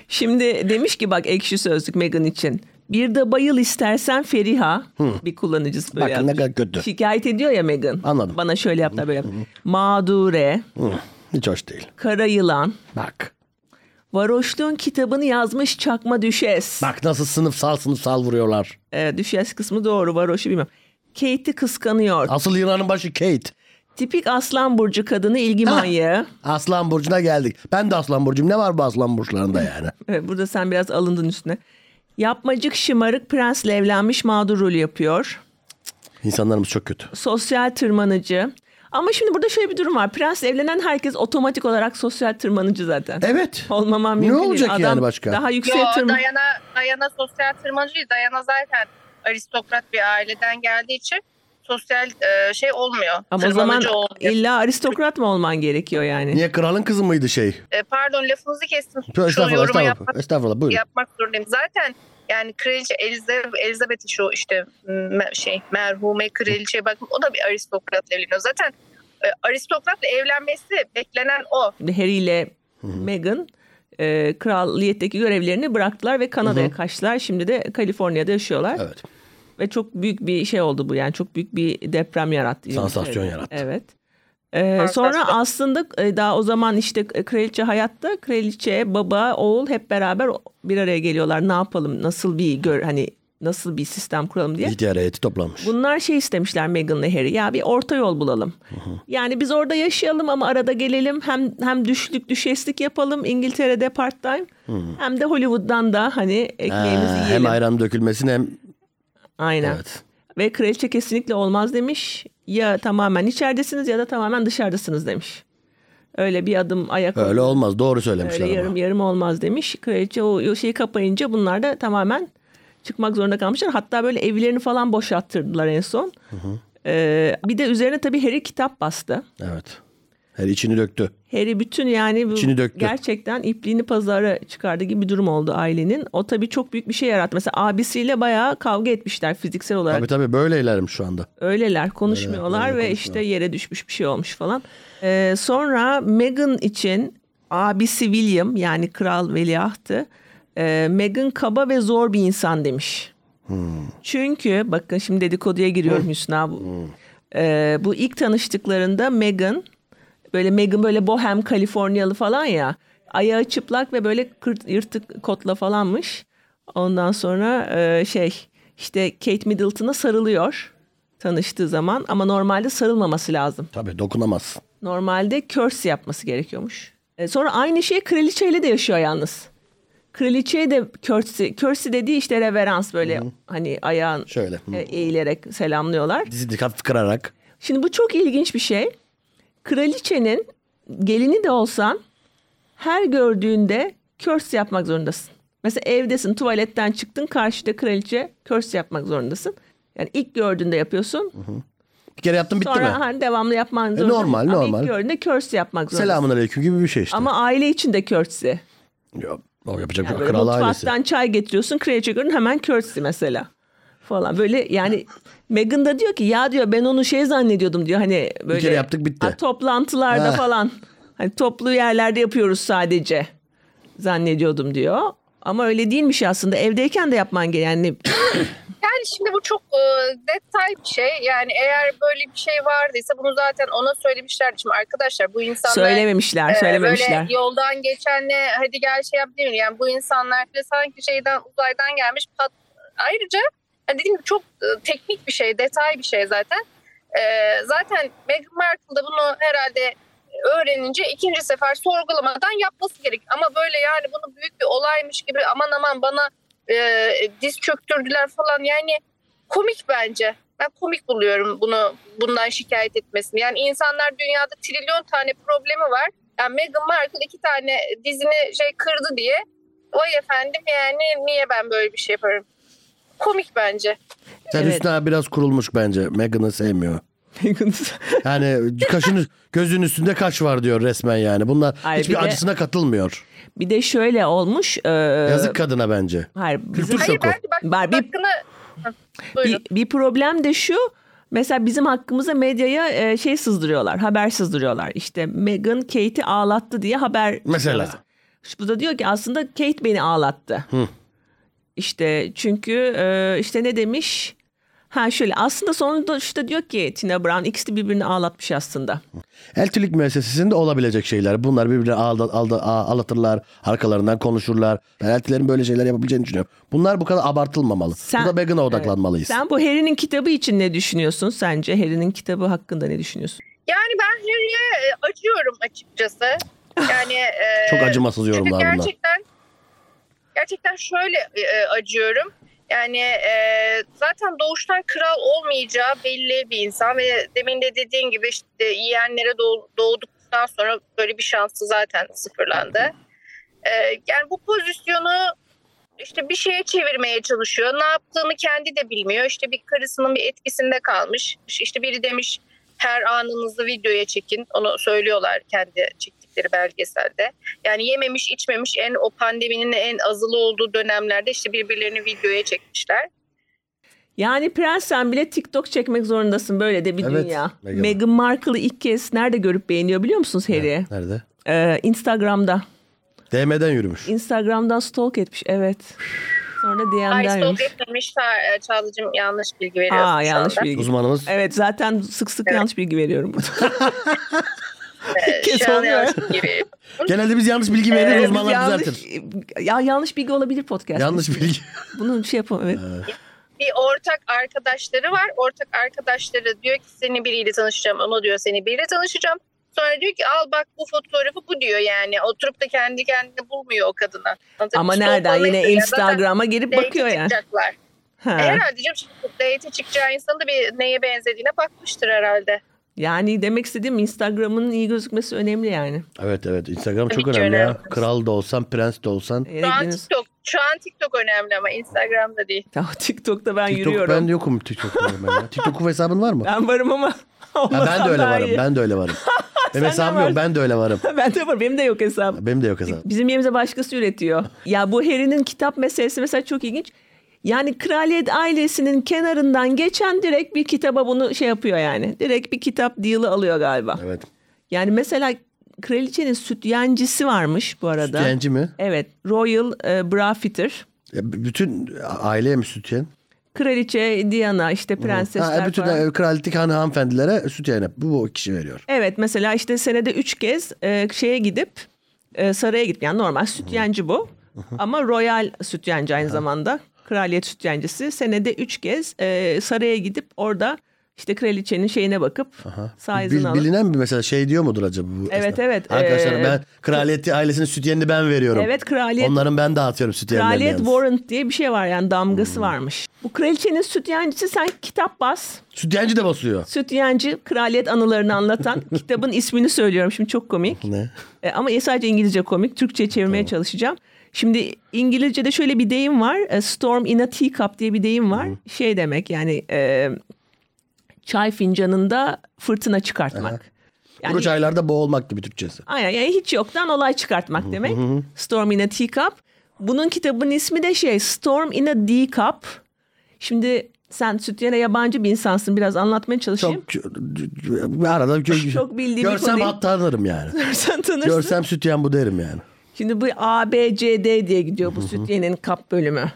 S1: Şimdi demiş ki bak ekşi sözlük Meghan için. Bir de bayıl istersen Feriha. Bir kullanıcısı böyle
S2: Bak ne
S1: yazmış.
S2: kadar kötü.
S1: Şikayet ediyor ya Megan.
S2: Anladım.
S1: Bana şöyle yaptılar böyle yaptılar. Mağdure,
S2: Hı, Hiç hoş değil.
S1: kara yılan,
S2: Bak.
S1: varoşluğun kitabını yazmış çakma düşes.
S2: Bak nasıl sınıfsal sınıfsal vuruyorlar.
S1: Ee, düşes kısmı doğru varoşu bilmem. Kate'i kıskanıyor.
S2: Asıl yılanın başı Kate.
S1: Tipik aslan burcu kadını ilgi
S2: Ha.
S1: manyağı.
S2: Aslan Burcu'na geldik. Ben de Aslan Burcu'yum. Ne var bu Aslan Burçlarında yani?
S1: Evet, Ee, burada sen biraz alındın üstüne. Yapmacık şımarık prensle evlenmiş mağdur rolü yapıyor.
S2: İnsanlarımız çok kötü.
S1: Sosyal tırmanıcı. Ama şimdi burada şöyle bir durum var. Prens evlenen herkes otomatik olarak sosyal tırmanıcı zaten.
S2: Evet.
S1: Olmamam
S2: E, Ne
S1: mümkün değil.
S2: olacak
S1: Adam
S2: yani başka?
S1: Daha
S3: Yo,
S1: yüksek tırman.
S3: Dayana, Dayana sosyal tırmacı. Dayana zaten aristokrat bir aileden geldiği için sosyal e, şey olmuyor.
S1: Ama o zaman
S3: tırmanıcı olmuyor.
S1: illa aristokrat mı olman gerekiyor yani?
S2: Niye kralın kızı mıydı şey?
S3: E, pardon lafınızı kestim.
S2: Tö- Estağfurullah,
S3: yorumu
S2: estağfurullah.
S3: yapmak,
S2: Estağfurullah buyurun.
S3: yapmak zorundayım. Zaten yani kraliçe Elizabeth, Elizabeth'in şu işte m- şey merhume kraliçeye bakın o da bir aristokratla evleniyor. Zaten e, aristokratla evlenmesi beklenen o.
S1: Harry ile Meghan e, kraliyetteki görevlerini bıraktılar ve Kanada'ya kaçtılar. Şimdi de Kaliforniya'da yaşıyorlar.
S2: Evet.
S1: Ve çok büyük bir şey oldu bu yani çok büyük bir deprem yarattı.
S2: Sansasyon
S1: Evet.
S2: yarattı.
S1: Evet. Ee,
S3: Sansasyon.
S1: sonra aslında e, daha o zaman işte e, kraliçe hayatta kraliçe baba oğul hep beraber bir araya geliyorlar ne yapalım nasıl bir gör hani nasıl bir sistem kuralım diye.
S2: İhtiyar heyeti toplanmış.
S1: Bunlar şey istemişler Meghan'la Harry ya bir orta yol bulalım. Yani biz orada yaşayalım ama arada gelelim hem hem düşlük düşeslik yapalım İngiltere'de part time hem de Hollywood'dan da hani
S2: Ha,
S1: ekmeğimizi yiyelim.
S2: hem ayran dökülmesin hem
S1: Aynen.
S2: evet.
S1: Ve kraliçe kesinlikle olmaz demiş. Ya tamamen içeridesiniz ya da tamamen dışarıdasınız demiş. Öyle bir adım ayak
S2: Öyle olmaz. Doğru
S1: öyle
S2: söylemişler
S1: yarım
S2: ama.
S1: yarım olmaz demiş. Kraliçe o, o şeyi kapayınca bunlar da tamamen çıkmak zorunda kalmışlar. Hatta böyle evlerini falan boşalttırdılar en son. Ee, bir de üzerine tabii Harry kitap bastı.
S2: Evet. Her içini döktü.
S1: Harry bütün yani bu
S2: İçini döktü.
S1: gerçekten ipliğini pazara çıkardı gibi bir durum oldu ailenin. O tabii çok büyük bir şey yarattı. Mesela abisiyle bayağı kavga etmişler fiziksel olarak.
S2: Tabii tabii böyle ilerim şu anda.
S1: Öyleler konuşmuyorlar
S2: öyle
S1: ve işte yere düşmüş bir şey olmuş falan. Ee, sonra Meghan için abisi William yani kral veliahtı. Ee, Meghan kaba ve zor bir insan demiş. Çünkü bakın şimdi dedikoduya giriyorum Hüsna. Bu, Ee, bu ilk tanıştıklarında Meghan böyle Meghan böyle bohem Kaliforniyalı falan ya. Ayağı çıplak ve böyle kırt- yırtık kotla falanmış. Ondan sonra e, şey işte Kate Middleton'a sarılıyor tanıştığı zaman ama normalde sarılmaması lazım.
S2: Tabii dokunamazsın.
S1: Normalde curse yapması gerekiyormuş. E, sonra aynı şey kraliçeyle de yaşıyor yalnız. Kraliçeye de curse, curse dediği işte reverans böyle hani ayağın
S2: Şöyle. Hı.
S1: e, eğilerek selamlıyorlar.
S2: Dizi dikkat kırarak.
S1: Şimdi bu çok ilginç bir şey. Kraliçenin gelini de olsan her gördüğünde körs yapmak zorundasın. Mesela evdesin, tuvaletten çıktın, karşıda kraliçe körs yapmak zorundasın. Yani ilk gördüğünde yapıyorsun.
S2: Bir kere yaptın bitti
S1: Sonra
S2: mi? E,
S1: hani devamlı yapman zorunda.
S2: normal,
S1: Ama
S2: normal.
S1: ilk gördüğünde körs yapmak zorundasın.
S2: Selamun aleyküm gibi bir şey işte.
S1: Ama aile için de körtsi.
S2: Yok, o yapacak bir
S1: Böyle
S2: kral ailesi.
S1: mutfaktan çay getiriyorsun, kraliçe görün hemen körtsi mesela. Falan böyle yani Meghan da diyor ki ya diyor ben onu şey zannediyordum diyor hani böyle
S2: kere yaptık, bitti.
S1: Ha, toplantılarda
S2: Ha.
S1: falan hani toplu yerlerde yapıyoruz sadece zannediyordum diyor. Ama öyle değilmiş aslında evdeyken de yapman gereken yani
S3: Yani şimdi bu çok e, detay bir şey. Yani eğer böyle bir şey vardıysa bunu zaten ona söylemişlerdi. Şimdi arkadaşlar bu insanlar...
S1: söylememişler,
S3: Ee,
S1: söylememişler.
S3: Böyle yoldan geçenle hadi gel şey yap demiyor. Yani bu insanlar bile sanki şeyden uzaydan gelmiş. Pat... Ayrıca hani dediğim gibi çok e, teknik bir şey, detay bir şey zaten. Ee, zaten Meghan Markle da bunu herhalde öğrenince ikinci sefer sorgulamadan yapması gerek. Ama böyle yani bunu büyük bir olaymış gibi aman aman bana e, diz çöktürdüler falan yani komik bence. Ben komik buluyorum bunu bundan şikayet etmesini. Yani insanlar dünyada trilyon tane problemi var. Yani Meghan Markle iki tane dizini şey kırdı diye. Vay efendim yani niye ben böyle bir şey yaparım? Komik bence.
S2: Sen
S1: Evet.
S2: üstüne biraz kurulmuş bence. Meghan'ı sevmiyor. Yani kaşın gözün üstünde kaş var diyor resmen yani. Bunlar
S1: Ay,
S2: hiçbir
S1: bir de-
S2: acısına katılmıyor.
S1: bir de şöyle olmuş. e,
S2: Yazık kadına bence.
S1: Hayır, bizim-
S2: Kültür
S3: Hayır
S2: şoku.
S3: bence bak
S1: Barbie-
S3: hakkını... Hı, Buyurun.
S1: bir, bir problem de şu. Mesela bizim hakkımıza medyaya e, şey sızdırıyorlar, haber sızdırıyorlar. İşte Meghan Kate'i ağlattı diye haber.
S2: Mesela.
S1: Şu- Bu da diyor ki aslında Kate beni ağlattı. İşte çünkü e, işte ne demiş? Ha şöyle aslında sonunda işte diyor ki Tina Brown ikisi de birbirini ağlatmış aslında.
S2: Eltilik müessesesinde olabilecek şeyler. Bunlar birbirine alda, alda, a- ağlatırlar, arkalarından konuşurlar. Ben eltilerin böyle şeyler yapabileceğini düşünüyorum. Bunlar bu kadar abartılmamalı.
S1: Sen-
S2: bu da Megan'a odaklanmalıyız.
S1: Sen bu Harry'nin kitabı için ne düşünüyorsun sence? Harry'nin kitabı hakkında ne düşünüyorsun?
S3: Yani ben Harry'e e, acıyorum açıkçası. Yani e,
S2: Ah, Çok acımasız
S3: Çünkü
S2: yorumlar bunlar.
S3: gerçekten gerçekten şöyle e, e, acıyorum. Yani e, zaten doğuştan kral olmayacağı belli bir insan ve demin de dediğin gibi işte yiyenlere doğ- doğduktan sonra böyle bir şansı zaten sıfırlandı. E, yani bu pozisyonu işte bir şeye çevirmeye çalışıyor. Ne yaptığını kendi de bilmiyor. İşte bir karısının bir etkisinde kalmış. İşte biri demiş her anınızı videoya çekin. Onu söylüyorlar kendi çektikleri belgeselde. Yani yememiş içmemiş en o pandeminin en azılı olduğu dönemlerde işte birbirlerini videoya çekmişler.
S1: Yani prensen bile TikTok çekmek zorundasın böyle de bir
S2: Evet,
S1: dünya.
S2: Meghan.
S1: Meghan Markle'ı ilk kez nerede görüp beğeniyor biliyor musunuz Harry'i?
S2: Nerede?
S1: Ee, Instagram'da.
S2: DM'den yürümüş.
S1: Instagram'dan stalk etmiş evet. Sonra
S3: Ay
S1: DM'den
S3: stalk
S1: yürümüş.
S3: etmemiş Ta- e, Çağlıcığım yanlış bilgi veriyorsun
S1: Aa
S3: şu
S1: yanlış
S3: anda.
S1: bilgi.
S2: Uzmanımız
S1: Evet zaten sık sık
S3: Evet.
S1: yanlış bilgi veriyorum burada.
S3: Ee,
S1: Kes
S3: şu an
S1: oluyor.
S3: yanlış bilgi veriyorum.
S2: Genelde biz yanlış bilgi veririz
S1: Evet,
S2: uzmanlar
S1: yanlış,
S2: düzeltir.
S1: Ya yanlış bilgi olabilir podcast.
S2: Yanlış bilgi.
S1: Bunu şey yapamam. Evet.
S3: bir ortak arkadaşları var. Ortak arkadaşları diyor ki seni biriyle tanışacağım ama diyor seni biriyle tanışacağım. Sonra diyor ki al bak bu fotoğrafı bu diyor yani. Oturup da kendi kendine bulmuyor o kadına. Anlatabiliyor
S1: Ama
S3: muyum?
S1: nereden
S3: Stalklamayı
S1: yine
S3: seviyor.
S1: Instagram'a
S3: Zaten
S1: girip
S3: date'e
S1: bakıyor yani.
S3: çıkacaklar. E,
S1: Ha.
S3: Herhalde canım şimdi date çıkacağı insanın da bir neye benzediğine bakmıştır herhalde.
S1: Yani demek istediğim Instagram'ın iyi gözükmesi önemli yani.
S2: Evet evet Instagram çok
S3: Tabii ki
S2: önemli ya.
S3: önemli.
S2: Kral da olsan prens de olsan.
S1: Eğer
S3: Şu an
S1: ilginiz-
S3: TikTok, şu an TikTok önemli ama Instagram'da değil.
S1: Ya TikTok'ta ben
S2: TikTok
S1: yürüyorum.
S2: ben
S1: Ben,
S2: yokum TikTok'ta. ben ya. TikTok'un hesabın var mı?
S1: varım ama.
S2: Ha, ben de öyle
S1: Allah'tan daha
S2: varım.
S1: iyi.
S2: Ben de öyle varım. Benim
S1: de
S2: hesabım yok.
S1: varsın.
S2: Ben de öyle varım.
S1: ben de varım. Benim de yok hesap.
S2: Benim de yok hesabım.
S1: Bizim yerimize başkası üretiyor. Ya bu Harry'nin kitap meselesi mesela çok ilginç. Yani kraliyet ailesinin kenarından geçen direkt bir kitaba bunu şey yapıyor yani. Direkt bir kitap deal'ı alıyor galiba.
S2: Evet.
S1: Yani mesela kraliçenin sütyencisi varmış bu arada.
S2: Sütyenci mi?
S1: Evet. Royal e, Brafitter.
S2: Ya, b- bütün aileye mi sütyen?
S1: Kraliçe, Diana işte prensesler
S2: Ha, bütün
S1: falan.
S2: e, kraliçe han, hanımefendilere sütyen hep. Bu, bu kişi veriyor.
S1: Evet mesela işte senede üç kez e, şeye gidip e, saraya gidip yani normal sütyenci bu. Ama royal sütyenci aynı zamanda kraliyet sütyencisi senede üç kez e, saraya gidip orada işte kraliçenin şeyine bakıp
S2: Bil-
S1: size'ını alıp.
S2: bilinen bir mesela şey diyor mudur acaba bu?
S1: Evet,
S2: esnaf?
S1: evet,
S2: Arkadaşlar
S1: e,
S2: ben kraliyet ailesinin sütyenini ben veriyorum.
S1: Evet, kraliyet-
S2: Onların ben dağıtıyorum sütyenlerini.
S1: Kraliyet
S2: yalnız.
S1: warrant diye bir şey var yani damgası varmış. Bu kraliçenin sütyencisi sen kitap bas.
S2: Sütyenci de basıyor.
S1: Sütyenci kraliyet anılarını anlatan kitabın ismini söylüyorum şimdi çok komik.
S2: Ne?
S1: E, ama sadece İngilizce komik. Türkçe çevirmeye çalışacağım. Şimdi İngilizce'de şöyle bir deyim var. E, Storm in a teacup diye bir deyim var. Şey demek yani e, çay fincanında fırtına çıkartmak. Yani,
S2: Kuru çaylarda boğulmak gibi Türkçesi.
S1: aynen yani hiç yoktan olay çıkartmak demek. Storm in a teacup. Bunun kitabın ismi de şey Storm in a D-cup. Şimdi sen sütyene yabancı bir insansın. Biraz anlatmaya çalışayım.
S2: Çok bir arada gö-
S1: Çok bildiğim bir konu
S2: görsem
S1: değil.
S2: hatta tanırım yani.
S1: Sen tanırsın.
S2: görsem sütyen bu derim yani.
S1: Şimdi bu A, B, C, D diye gidiyor bu sütyenin kap bölümü.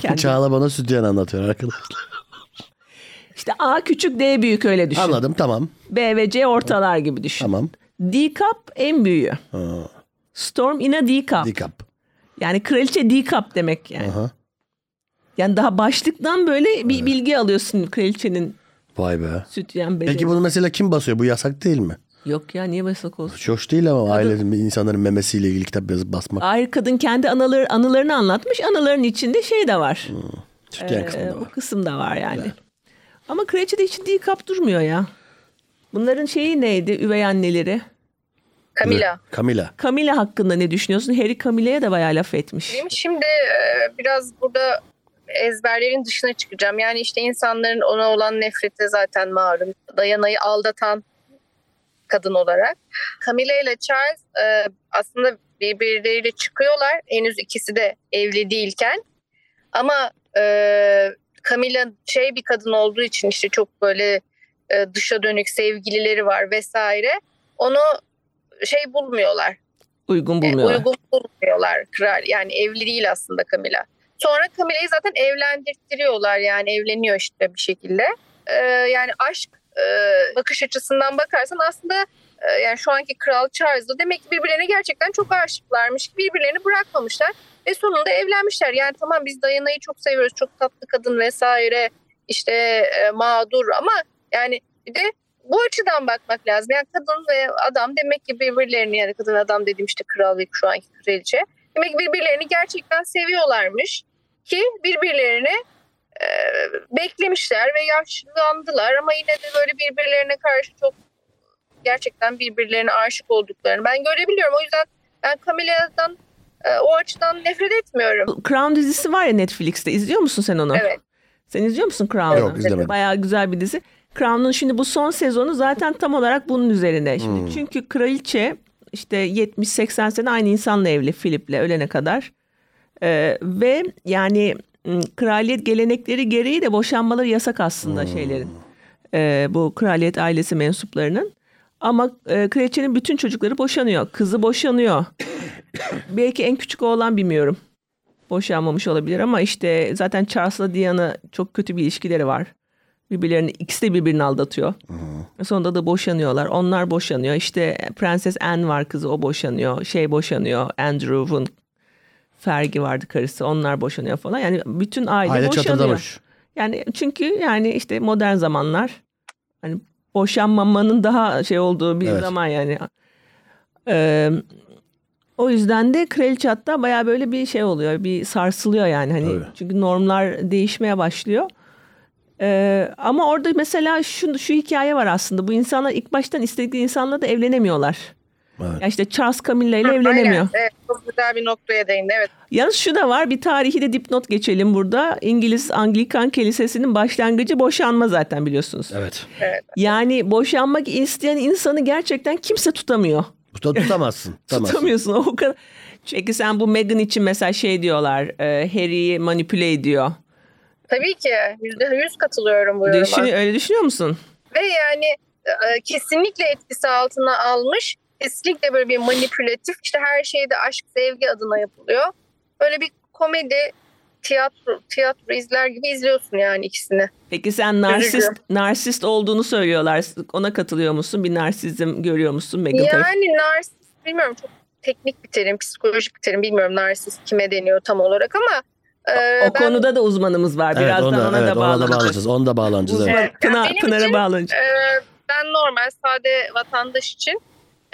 S1: Kendi.
S2: Çağla bana sütyen anlatıyor arkadaşlar.
S1: İşte A küçük, D büyük öyle düşün.
S2: Anladım tamam.
S1: B ve C ortalar gibi düşün.
S2: Tamam.
S1: D cup en büyüğü. Storm in a D cup.
S2: Dikap.
S1: Yani kraliçe D cup demek yani.
S2: Aha.
S1: Yani daha başlıktan böyle bir bilgi alıyorsun kraliçenin
S2: Vay be.
S1: sütyen bedeni.
S2: Peki bunu mesela kim basıyor? Bu yasak değil mi?
S1: Yok ya niye basak olsun?
S2: Hiç hoş değil ama ailenin insanların memesiyle ilgili kitap yazıp basmak.
S1: Hayır kadın kendi anaları, anılarını anlatmış. Anıların içinde şey de var.
S2: Hmm, Sütyen
S1: Ee,
S2: kısmında
S1: Bu
S2: var.
S1: kısım da var yani. Ama kraliçede hiç D cup durmuyor ya. Bunların şeyi neydi üvey anneleri?
S3: Camila.
S2: Camila.
S1: Camilla hakkında ne düşünüyorsun? Harry Camilla'ya da bayağı laf etmiş.
S3: Benim şimdi e, biraz burada ezberlerin dışına çıkacağım. Yani işte insanların ona olan nefreti zaten malum. Dayana'yı aldatan kadın olarak. Camilla ile Charles e, aslında birbirleriyle çıkıyorlar. Henüz ikisi de evli değilken. Ama e, Camilla şey bir kadın olduğu için işte çok böyle e, dışa dönük sevgilileri var vesaire. Onu şey bulmuyorlar.
S1: Uygun
S3: E,
S1: bulmuyorlar.
S3: Uygun bulmuyorlar kral. Yani evli değil aslında Camila. Sonra Camilla'yı zaten evlendirtiyorlar yani evleniyor işte bir şekilde. Ee, yani aşk e, bakış açısından bakarsan aslında e, yani şu anki Kral Charles'la demek ki birbirlerine gerçekten çok aşıklarmış. Birbirlerini bırakmamışlar ve sonunda evlenmişler. Yani tamam biz Diana'yı çok seviyoruz. Çok tatlı kadın vesaire işte e, mağdur ama yani bir de bu açıdan bakmak lazım. Yani kadın ve adam demek ki birbirlerini yani kadın adam dediğim işte kral ve şu anki kraliçe. Demek ki birbirlerini gerçekten seviyorlarmış ki birbirlerini e, beklemişler ve yaşlandılar ama yine de böyle birbirlerine karşı çok gerçekten birbirlerine aşık olduklarını ben görebiliyorum. O yüzden ben Camilla'dan e, o açıdan nefret etmiyorum.
S1: Crown dizisi var ya Netflix'te. İzliyor musun sen onu?
S3: Evet.
S1: Sen izliyor musun Crown'u?
S2: Yok, izlemedim.
S1: Bayağı güzel bir dizi. Crown'un şimdi bu son sezonu zaten tam olarak bunun üzerine. Şimdi
S2: Hmm.
S1: çünkü kraliçe işte 70-80 sene aynı insanla evli Philip'le ölene kadar. Ee, ve yani m, kraliyet gelenekleri gereği de boşanmaları yasak
S2: Hmm.
S1: aslında şeylerin. Ee, bu kraliyet ailesi mensuplarının. Ama e, kraliçenin bütün çocukları boşanıyor. Kızı boşanıyor. Belki en küçük oğlan bilmiyorum boşanmamış olabilir ama işte zaten Charles'la Diana çok kötü bir ilişkileri var. Birbirlerini ikisi de birbirini aldatıyor. Sonunda da boşanıyorlar. Onlar boşanıyor. İşte Prenses Anne var kızı o boşanıyor. Şey boşanıyor. Andrew'un Fergie vardı karısı. Onlar boşanıyor falan. Yani bütün aile,
S2: Aile
S1: boşanıyor.
S2: çatırdamış.
S1: Yani çünkü yani işte modern zamanlar hani boşanmamanın daha şey olduğu bir
S2: Evet.
S1: zaman yani. Ee, o yüzden de kraliçe hatta baya böyle bir şey oluyor. Bir sarsılıyor yani hani
S2: Tabii.
S1: çünkü normlar değişmeye başlıyor. Ee, ama orada mesela şu, şu hikaye var aslında. Bu insanlar ilk baştan istedikleri insanla da evlenemiyorlar.
S2: Evet.
S1: Ya işte Charles Camilla ile evlenemiyor.
S3: Aynen, evet, çok güzel bir noktaya değindi. Evet.
S1: Yalnız şu da var bir tarihi de dipnot geçelim burada. İngiliz Anglikan Kilisesi'nin başlangıcı boşanma zaten biliyorsunuz.
S2: Evet.
S1: Yani boşanmak isteyen insanı gerçekten kimse tutamıyor.
S2: Tuta, tutamazsın. tutamazsın.
S1: Tutamıyorsun o kadar. Çünkü sen bu Meghan için mesela şey diyorlar e, Harry'i manipüle ediyor.
S3: Tabii ki yüzde yüz katılıyorum bu yoruma.
S1: Düşün, öyle düşünüyor musun?
S3: ve yani e, kesinlikle etkisi altına almış. Kesinlikle böyle bir manipülatif işte her şeyde aşk sevgi adına yapılıyor. Böyle bir komedi tiyatro tiyatro izler gibi izliyorsun yani ikisini.
S1: Peki sen narsist,
S3: Üzücü.
S1: narsist olduğunu söylüyorlar. Ona katılıyor musun? Bir narsizm görüyor musun Meghan tarafı-
S3: Yani narsist bilmiyorum çok teknik bir terim, psikolojik bir terim bilmiyorum narsist kime deniyor tam olarak ama e,
S1: O konuda da uzmanımız var.
S2: Evet,
S1: Birazdan
S2: ona,
S1: ona,
S2: evet,
S1: da
S2: ona da
S1: bağlanacağız.
S2: bağlanacağız. Ona da bağlanacağız. Evet.
S1: Uzman- Pınar-
S3: Benim
S1: Pınar'a
S3: için-
S1: bağlanacağız.
S3: Ee, ben normal sade vatandaş için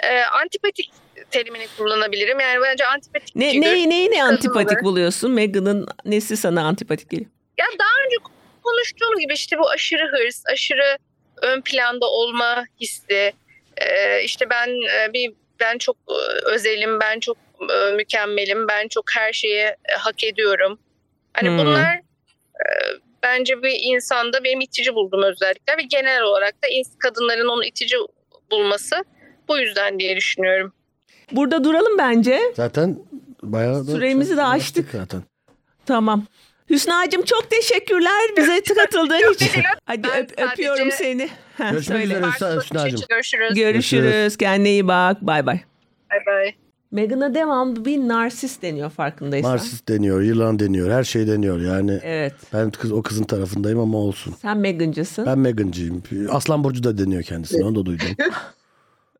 S3: e, antipatik terimini kullanabilirim. Yani bence antipatik
S1: Ne,
S3: figür.
S1: neyi, neyi ne
S3: Kadın
S1: antipatik
S3: olarak.
S1: buluyorsun? Meghan'ın nesi sana antipatik geliyor?
S3: Ya daha önce konuştuğum gibi işte bu aşırı hırs, aşırı ön planda olma hissi. Ee, işte ben e, bir ben çok e, özelim, ben çok e, mükemmelim, ben çok her şeyi e, hak ediyorum. Hani
S1: Hmm.
S3: bunlar e, bence bir insanda benim itici bulduğum özellikler ve genel olarak da ins- kadınların onu itici bulması bu yüzden diye düşünüyorum.
S1: Burada duralım bence.
S2: Zaten bayağı da
S1: Süremizi de açtık.
S2: zaten.
S1: Tamam. Hüsna'cığım çok teşekkürler bize katıldığın için. Hadi
S3: Ben
S1: öp- öpüyorum
S3: sadece-
S1: seni. Ha,
S2: Görüşmek
S1: söyle.
S2: üzere. Hüsna-
S3: Farklı bakış açı-
S2: Hüsna'cığım.
S3: Görüşürüz.
S1: Görüşürüz. Kendine iyi bak. Bay bay.
S3: Bay bay.
S1: Meghan'a devamlı bir narsist deniyor farkındaysan.
S2: Narsist deniyor, yılan deniyor, her şey deniyor yani.
S1: Evet.
S2: Ben kız o kızın tarafındayım ama olsun.
S1: Sen Meghan'cısın.
S2: Ben Meghan'cıyım. Aslan Burcu da deniyor kendisine onu da duydum.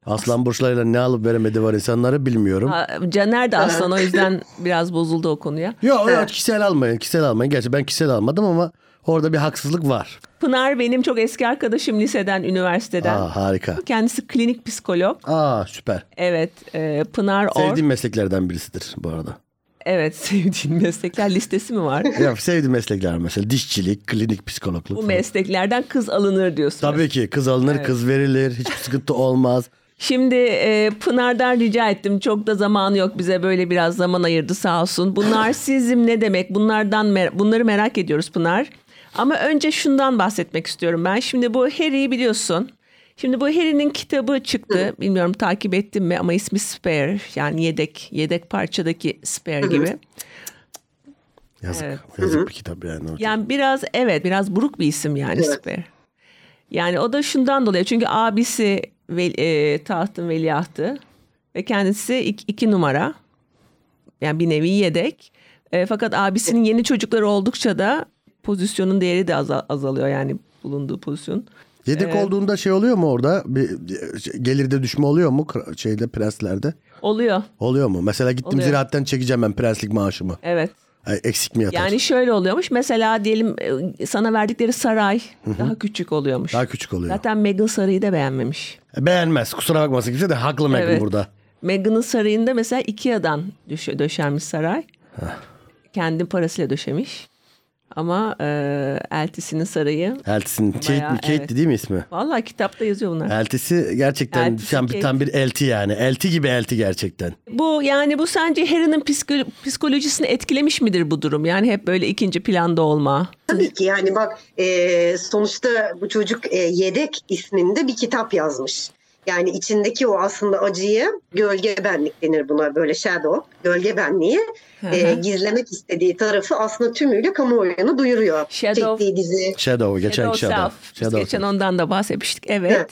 S2: Aslan Burçlarıyla ne alıp veremedi var insanları bilmiyorum.
S1: Ha, Caner de aslan o yüzden biraz bozuldu o konuya.
S2: Yok yok kişisel almayın kişisel almayın. Gerçi ben kişisel almadım ama orada bir haksızlık var.
S1: Pınar benim çok eski arkadaşım liseden, üniversiteden.
S2: Aa harika.
S1: Kendisi klinik psikolog.
S2: Aa süper.
S1: Evet. e, Pınar Or.
S2: Sevdiğim mesleklerden birisidir bu arada.
S1: Evet sevdiğin meslekler listesi mi var?
S2: Ya sevdiğim meslekler mesela dişçilik, klinik psikologluk.
S1: Bu
S2: falan.
S1: mesleklerden kız alınır diyorsun.
S2: Tabii ki kız alınır,
S1: Evet.
S2: kız verilir. Hiçbir sıkıntı olmaz.
S1: Şimdi e, Pınar'dan rica ettim. Çok da zamanı yok bize böyle biraz zaman ayırdı sağ olsun. Bu narsizm ne demek? Bunlardan mer- bunları merak ediyoruz Pınar. Ama önce şundan bahsetmek istiyorum ben. Şimdi bu Harry'i biliyorsun. Şimdi bu Harry'nin kitabı çıktı. Bilmiyorum takip ettim mi ama ismi Spare. Yani yedek, yedek parçadaki Spare gibi.
S2: Yazık.
S1: Evet.
S2: Yazık bir kitap yani.
S1: Yani biraz evet biraz buruk bir isim yani Spare. Yani o da şundan dolayı çünkü abisi ve, e, tahtın veliahtı ve kendisi ik- iki, numara. Yani bir nevi yedek. E, fakat abisinin yeni çocukları oldukça da pozisyonun değeri de azal- azalıyor yani bulunduğu pozisyon.
S2: Yedek olduğunda şey oluyor mu orada? Bir, şey, gelirde düşme oluyor mu kra- şeyde prenslerde?
S1: Oluyor.
S2: Oluyor mu? Mesela gittim
S1: Oluyor.
S2: ziraatten çekeceğim ben prenslik maaşımı.
S1: Evet.
S2: Ay, Eksik mi yatar?
S1: Yani şöyle oluyormuş. Mesela diyelim e, sana verdikleri saray daha küçük oluyormuş.
S2: Daha küçük oluyor. E,
S1: Zaten Meghan sarayı da beğenmemiş.
S2: Beğenmez. Kusura bakmasın kimse de haklı Meghan
S1: Evet.
S2: burada.
S1: Meghan'ın sarayında mesela Ikea'dan düşe, döşenmiş saray. Kendi parasıyla döşemiş. Ama e, eltisinin sarayı.
S2: Eltisinin Kate,
S1: Bayağı,
S2: mi? Kate
S1: evet.
S2: değil mi ismi?
S1: Vallahi kitapta yazıyor bunlar.
S2: Eltisi gerçekten
S1: Eltisi
S2: tam,
S1: Kate.
S2: tam bir elti yani. Elti gibi elti gerçekten.
S1: Bu yani bu sence Harry'nin psiko- psikolojisini etkilemiş midir bu durum? Yani hep böyle ikinci planda olma.
S4: Tabii ki yani bak e, sonuçta bu çocuk e, Yedek isminde bir kitap yazmış. Yani içindeki o aslında acıyı gölge benlik denir buna böyle shadow gölge benliği e, gizlemek istediği tarafı aslında tümüyle kamuoyuna duyuruyor.
S1: Shadow-
S4: Çektiği dizi
S2: Shadow geçen
S1: Shadow
S2: Shadow. Shadow.
S1: self. Biz geçen ondan da bahsetmiştik. Evet.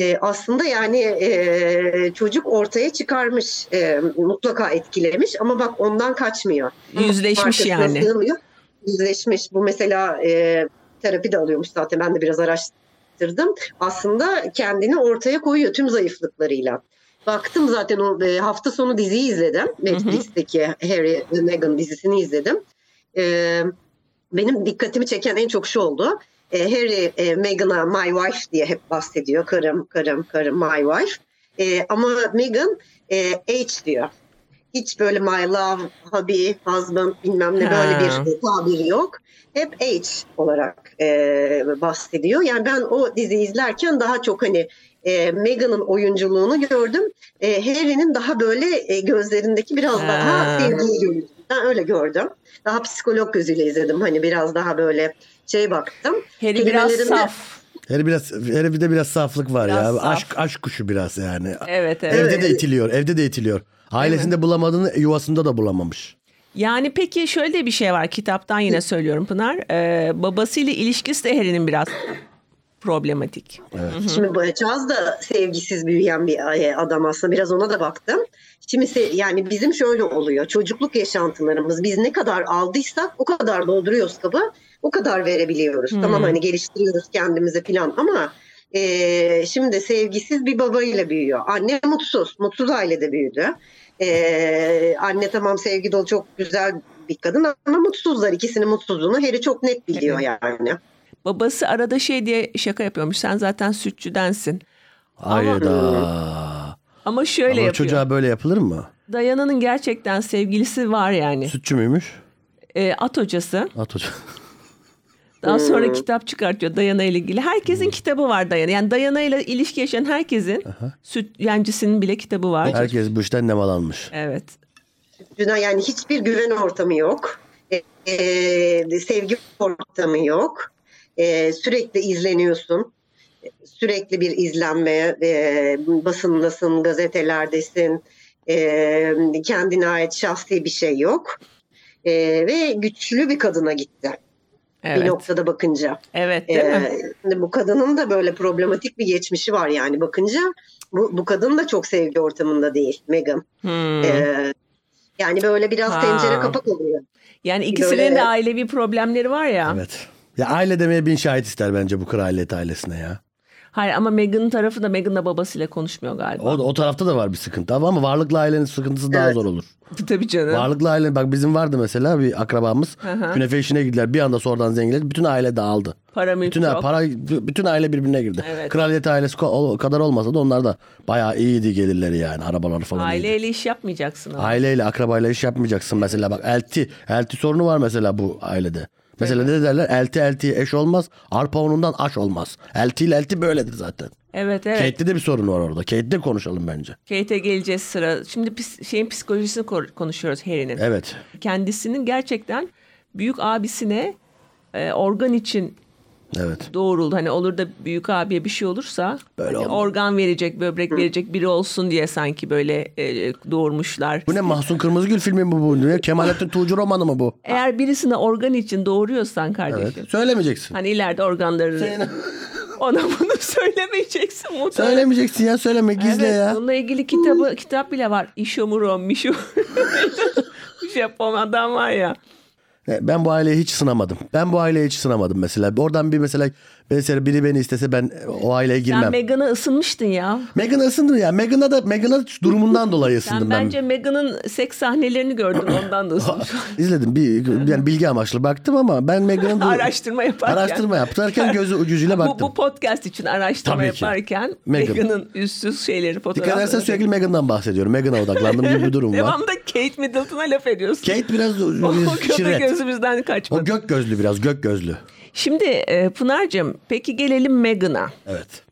S4: E, aslında yani e, çocuk ortaya çıkarmış e, mutlaka etkilemiş ama bak ondan kaçmıyor.
S1: Yüzleşmiş
S4: Arkasına
S1: yani.
S4: sığınıyor. Yüzleşmiş. Bu mesela e, terapi de alıyormuş zaten. Ben de biraz araştırdım. Aslında kendini ortaya koyuyor tüm zayıflıklarıyla. Baktım zaten o e, hafta sonu diziyi izledim. Netflix'teki Harry ve Meghan dizisini izledim. E, benim dikkatimi çeken en çok şu oldu. E, Harry e, Meghan'a my wife diye hep bahsediyor. Karım, karım, karım, my wife. E, ama Meghan e, H diyor. Hiç böyle my love, hubby, husband bilmem ne böyle
S1: Ha.
S4: bir tabir yok. Hep H olarak e, bahsediyor. Yani ben o dizi izlerken daha çok hani e, Meghan'ın oyunculuğunu gördüm. E, Harry'nin daha böyle e, gözlerindeki biraz
S1: Ha.
S4: daha sevgiyi gördüm. Ben öyle gördüm daha psikolog gözüyle izledim. Hani biraz daha böyle şey baktım.
S1: Harry biraz
S4: Kelimelerinde-
S1: saf.
S2: Her biraz her bir de biraz saflık var
S1: Biraz
S2: ya.
S1: saf.
S2: Aşk aşk kuşu biraz yani.
S1: Evet evet.
S2: Evde de itiliyor. Evde de itiliyor. Ailesinde bulamadığını yuvasında da bulamamış.
S1: Yani peki şöyle de bir şey var kitaptan yine söylüyorum Pınar. Ee, babasıyla ilişkisi de Harry'nin biraz problematik.
S4: Şimdi bu Charles da sevgisiz büyüyen bir e, adam aslında. Biraz ona da baktım. Şimdi se- yani bizim şöyle oluyor. Çocukluk yaşantılarımız biz ne kadar aldıysak o kadar dolduruyoruz kabı. O kadar verebiliyoruz. Tamam hani geliştiriyoruz kendimizi falan ama e, şimdi sevgisiz bir babayla büyüyor. Anne mutsuz. Mutsuz ailede büyüdü. E, anne tamam sevgi dolu çok güzel bir kadın ama mutsuzlar. ikisinin mutsuzluğunu Harry çok net biliyor yani.
S1: Babası arada şey diye şaka yapıyormuş. Sen zaten sütçüdensin.
S2: Hayda.
S1: Ama şöyle
S2: Ama
S1: yapıyor.
S2: çocuğa böyle yapılır mı?
S1: Dayana'nın gerçekten sevgilisi var yani.
S2: Sütçü müymüş?
S1: Ee, at hocası.
S2: At hocam.
S1: Daha sonra kitap çıkartıyor Dayana ile ilgili.
S2: Hmm.
S1: Herkesin kitabı var Dayana. Yani Dayana ile ilişki yaşayan herkesin süt yencisinin bile kitabı var.
S2: Herkes bu işten nemalanmış.
S1: Evet.
S4: Dünya yani hiçbir güven ortamı yok. Ee, e, sevgi ortamı yok. Ee, sürekli izleniyorsun. Sürekli bir izlenme. E, basındasın, gazetelerdesin. Ee, kendine ait şahsi bir şey yok. Ee, ve güçlü bir kadına gitti. Bir
S1: Evet.
S4: noktada bakınca.
S1: Evet değil mi?
S4: Ee, şimdi bu kadının da böyle problematik bir geçmişi var yani bakınca. Bu, bu kadın da çok sevgi ortamında değil Meghan.
S1: Hmm.
S4: Ee, yani böyle biraz
S1: Ha.
S4: tencere kapak oluyor.
S1: yani ikisinin
S4: böyle-
S1: de ailevi problemleri var ya.
S2: Evet. Ya aile demeye bin şahit ister bence bu kraliyet ailesine ya.
S1: Hayır ama Meghan'ın tarafı da Meghan'la babasıyla konuşmuyor galiba.
S2: O, o tarafta da var bir sıkıntı ama ama varlıklı ailenin sıkıntısı daha
S4: Evet.
S2: zor olur.
S1: Tabii canım.
S2: Varlıklı aile bak bizim vardı mesela bir akrabamız
S1: hı.
S2: künefe işine girdiler bir anda sonradan zenginler bütün aile dağıldı.
S1: Para mülk
S2: Bütün
S1: yok.
S2: para bütün aile birbirine girdi.
S1: Evet.
S2: Kraliyet ailesi ko- o kadar olmasa da onlar da bayağı iyiydi gelirleri yani arabaları falan. iyiydi.
S1: Aileyle iş yapmayacaksın ama.
S2: Aileyle akrabayla iş yapmayacaksın mesela bak elti elti sorunu var mesela bu ailede. Mesela ne derler elti eltiye eş olmaz arpa onundan aş olmaz. Elti ile elti böyledir zaten.
S1: Evet evet.
S2: Kate'de de bir sorun var orada. Kate'de konuşalım bence.
S1: Kate'e geleceğiz sıra. Şimdi pis- şeyin psikolojisini kor- konuşuyoruz Harry'nin.
S2: Evet.
S1: Kendisinin gerçekten büyük abisine e, organ için
S2: Evet.
S1: doğruldu. Hani olur da büyük abiye bir şey olursa
S2: Böyle
S1: hani
S2: oldu.
S1: organ verecek, böbrek verecek biri olsun diye sanki böyle e, doğurmuşlar.
S2: Bu ne Mahsun Kırmızıgül filmi mi bu? Ne? Kemalettin Tuğcu romanı mı bu?
S1: Eğer birisine organ için doğuruyorsan
S2: Evet.
S1: kardeşim.
S2: Söylemeyeceksin.
S1: Hani ileride organları ona bunu söylemeyeceksin muhtemelen.
S2: Söylemeyeceksin ya söyleme gizle
S1: evet,
S2: ya.
S1: Bununla ilgili kitabı kitap bile var. İşomuro, Mişo. keşif şey yapan adam var ya.
S2: E, Ben bu aileyi hiç sınamadım. Ben bu aileyi hiç sınamadım mesela. Oradan bir mesela mesela biri beni istese ben e, o aileye
S1: Sen
S2: girmem.
S1: Meghan'a ısınmıştın ya.
S2: Megan'a ısındım ya. Megan'a da Megan'a durumundan dolayı
S1: Sen
S2: ısındım ben.
S1: bence Meghan'ın seks sahnelerini gördün ondan da ısınmış.
S2: İzledim. Bir, yani bilgi amaçlı baktım ama ben Megan'ın dur-
S1: araştırma yaparken.
S2: araştırma yaptırırken gözü ucuzuyla
S1: bu,
S2: baktım.
S1: bu podcast için araştırma
S2: Tabii ki.
S1: yaparken
S2: Meghan.
S1: Meghan'ın üstsüz şeyleri fotoğrafları.
S2: Dikkat edersen sürekli Megan'dan bahsediyorum. Megan'a odaklandım gibi bir durum var.
S1: Devamda Kate Middleton'a laf ediyorsun.
S2: Kate biraz
S1: o köpek
S2: şirret.
S1: gözümüzden kaçmadı.
S2: O gök gözlü biraz gök gözlü.
S1: Şimdi e, Pınar'cığım peki gelelim Meghan'a.
S2: Evet.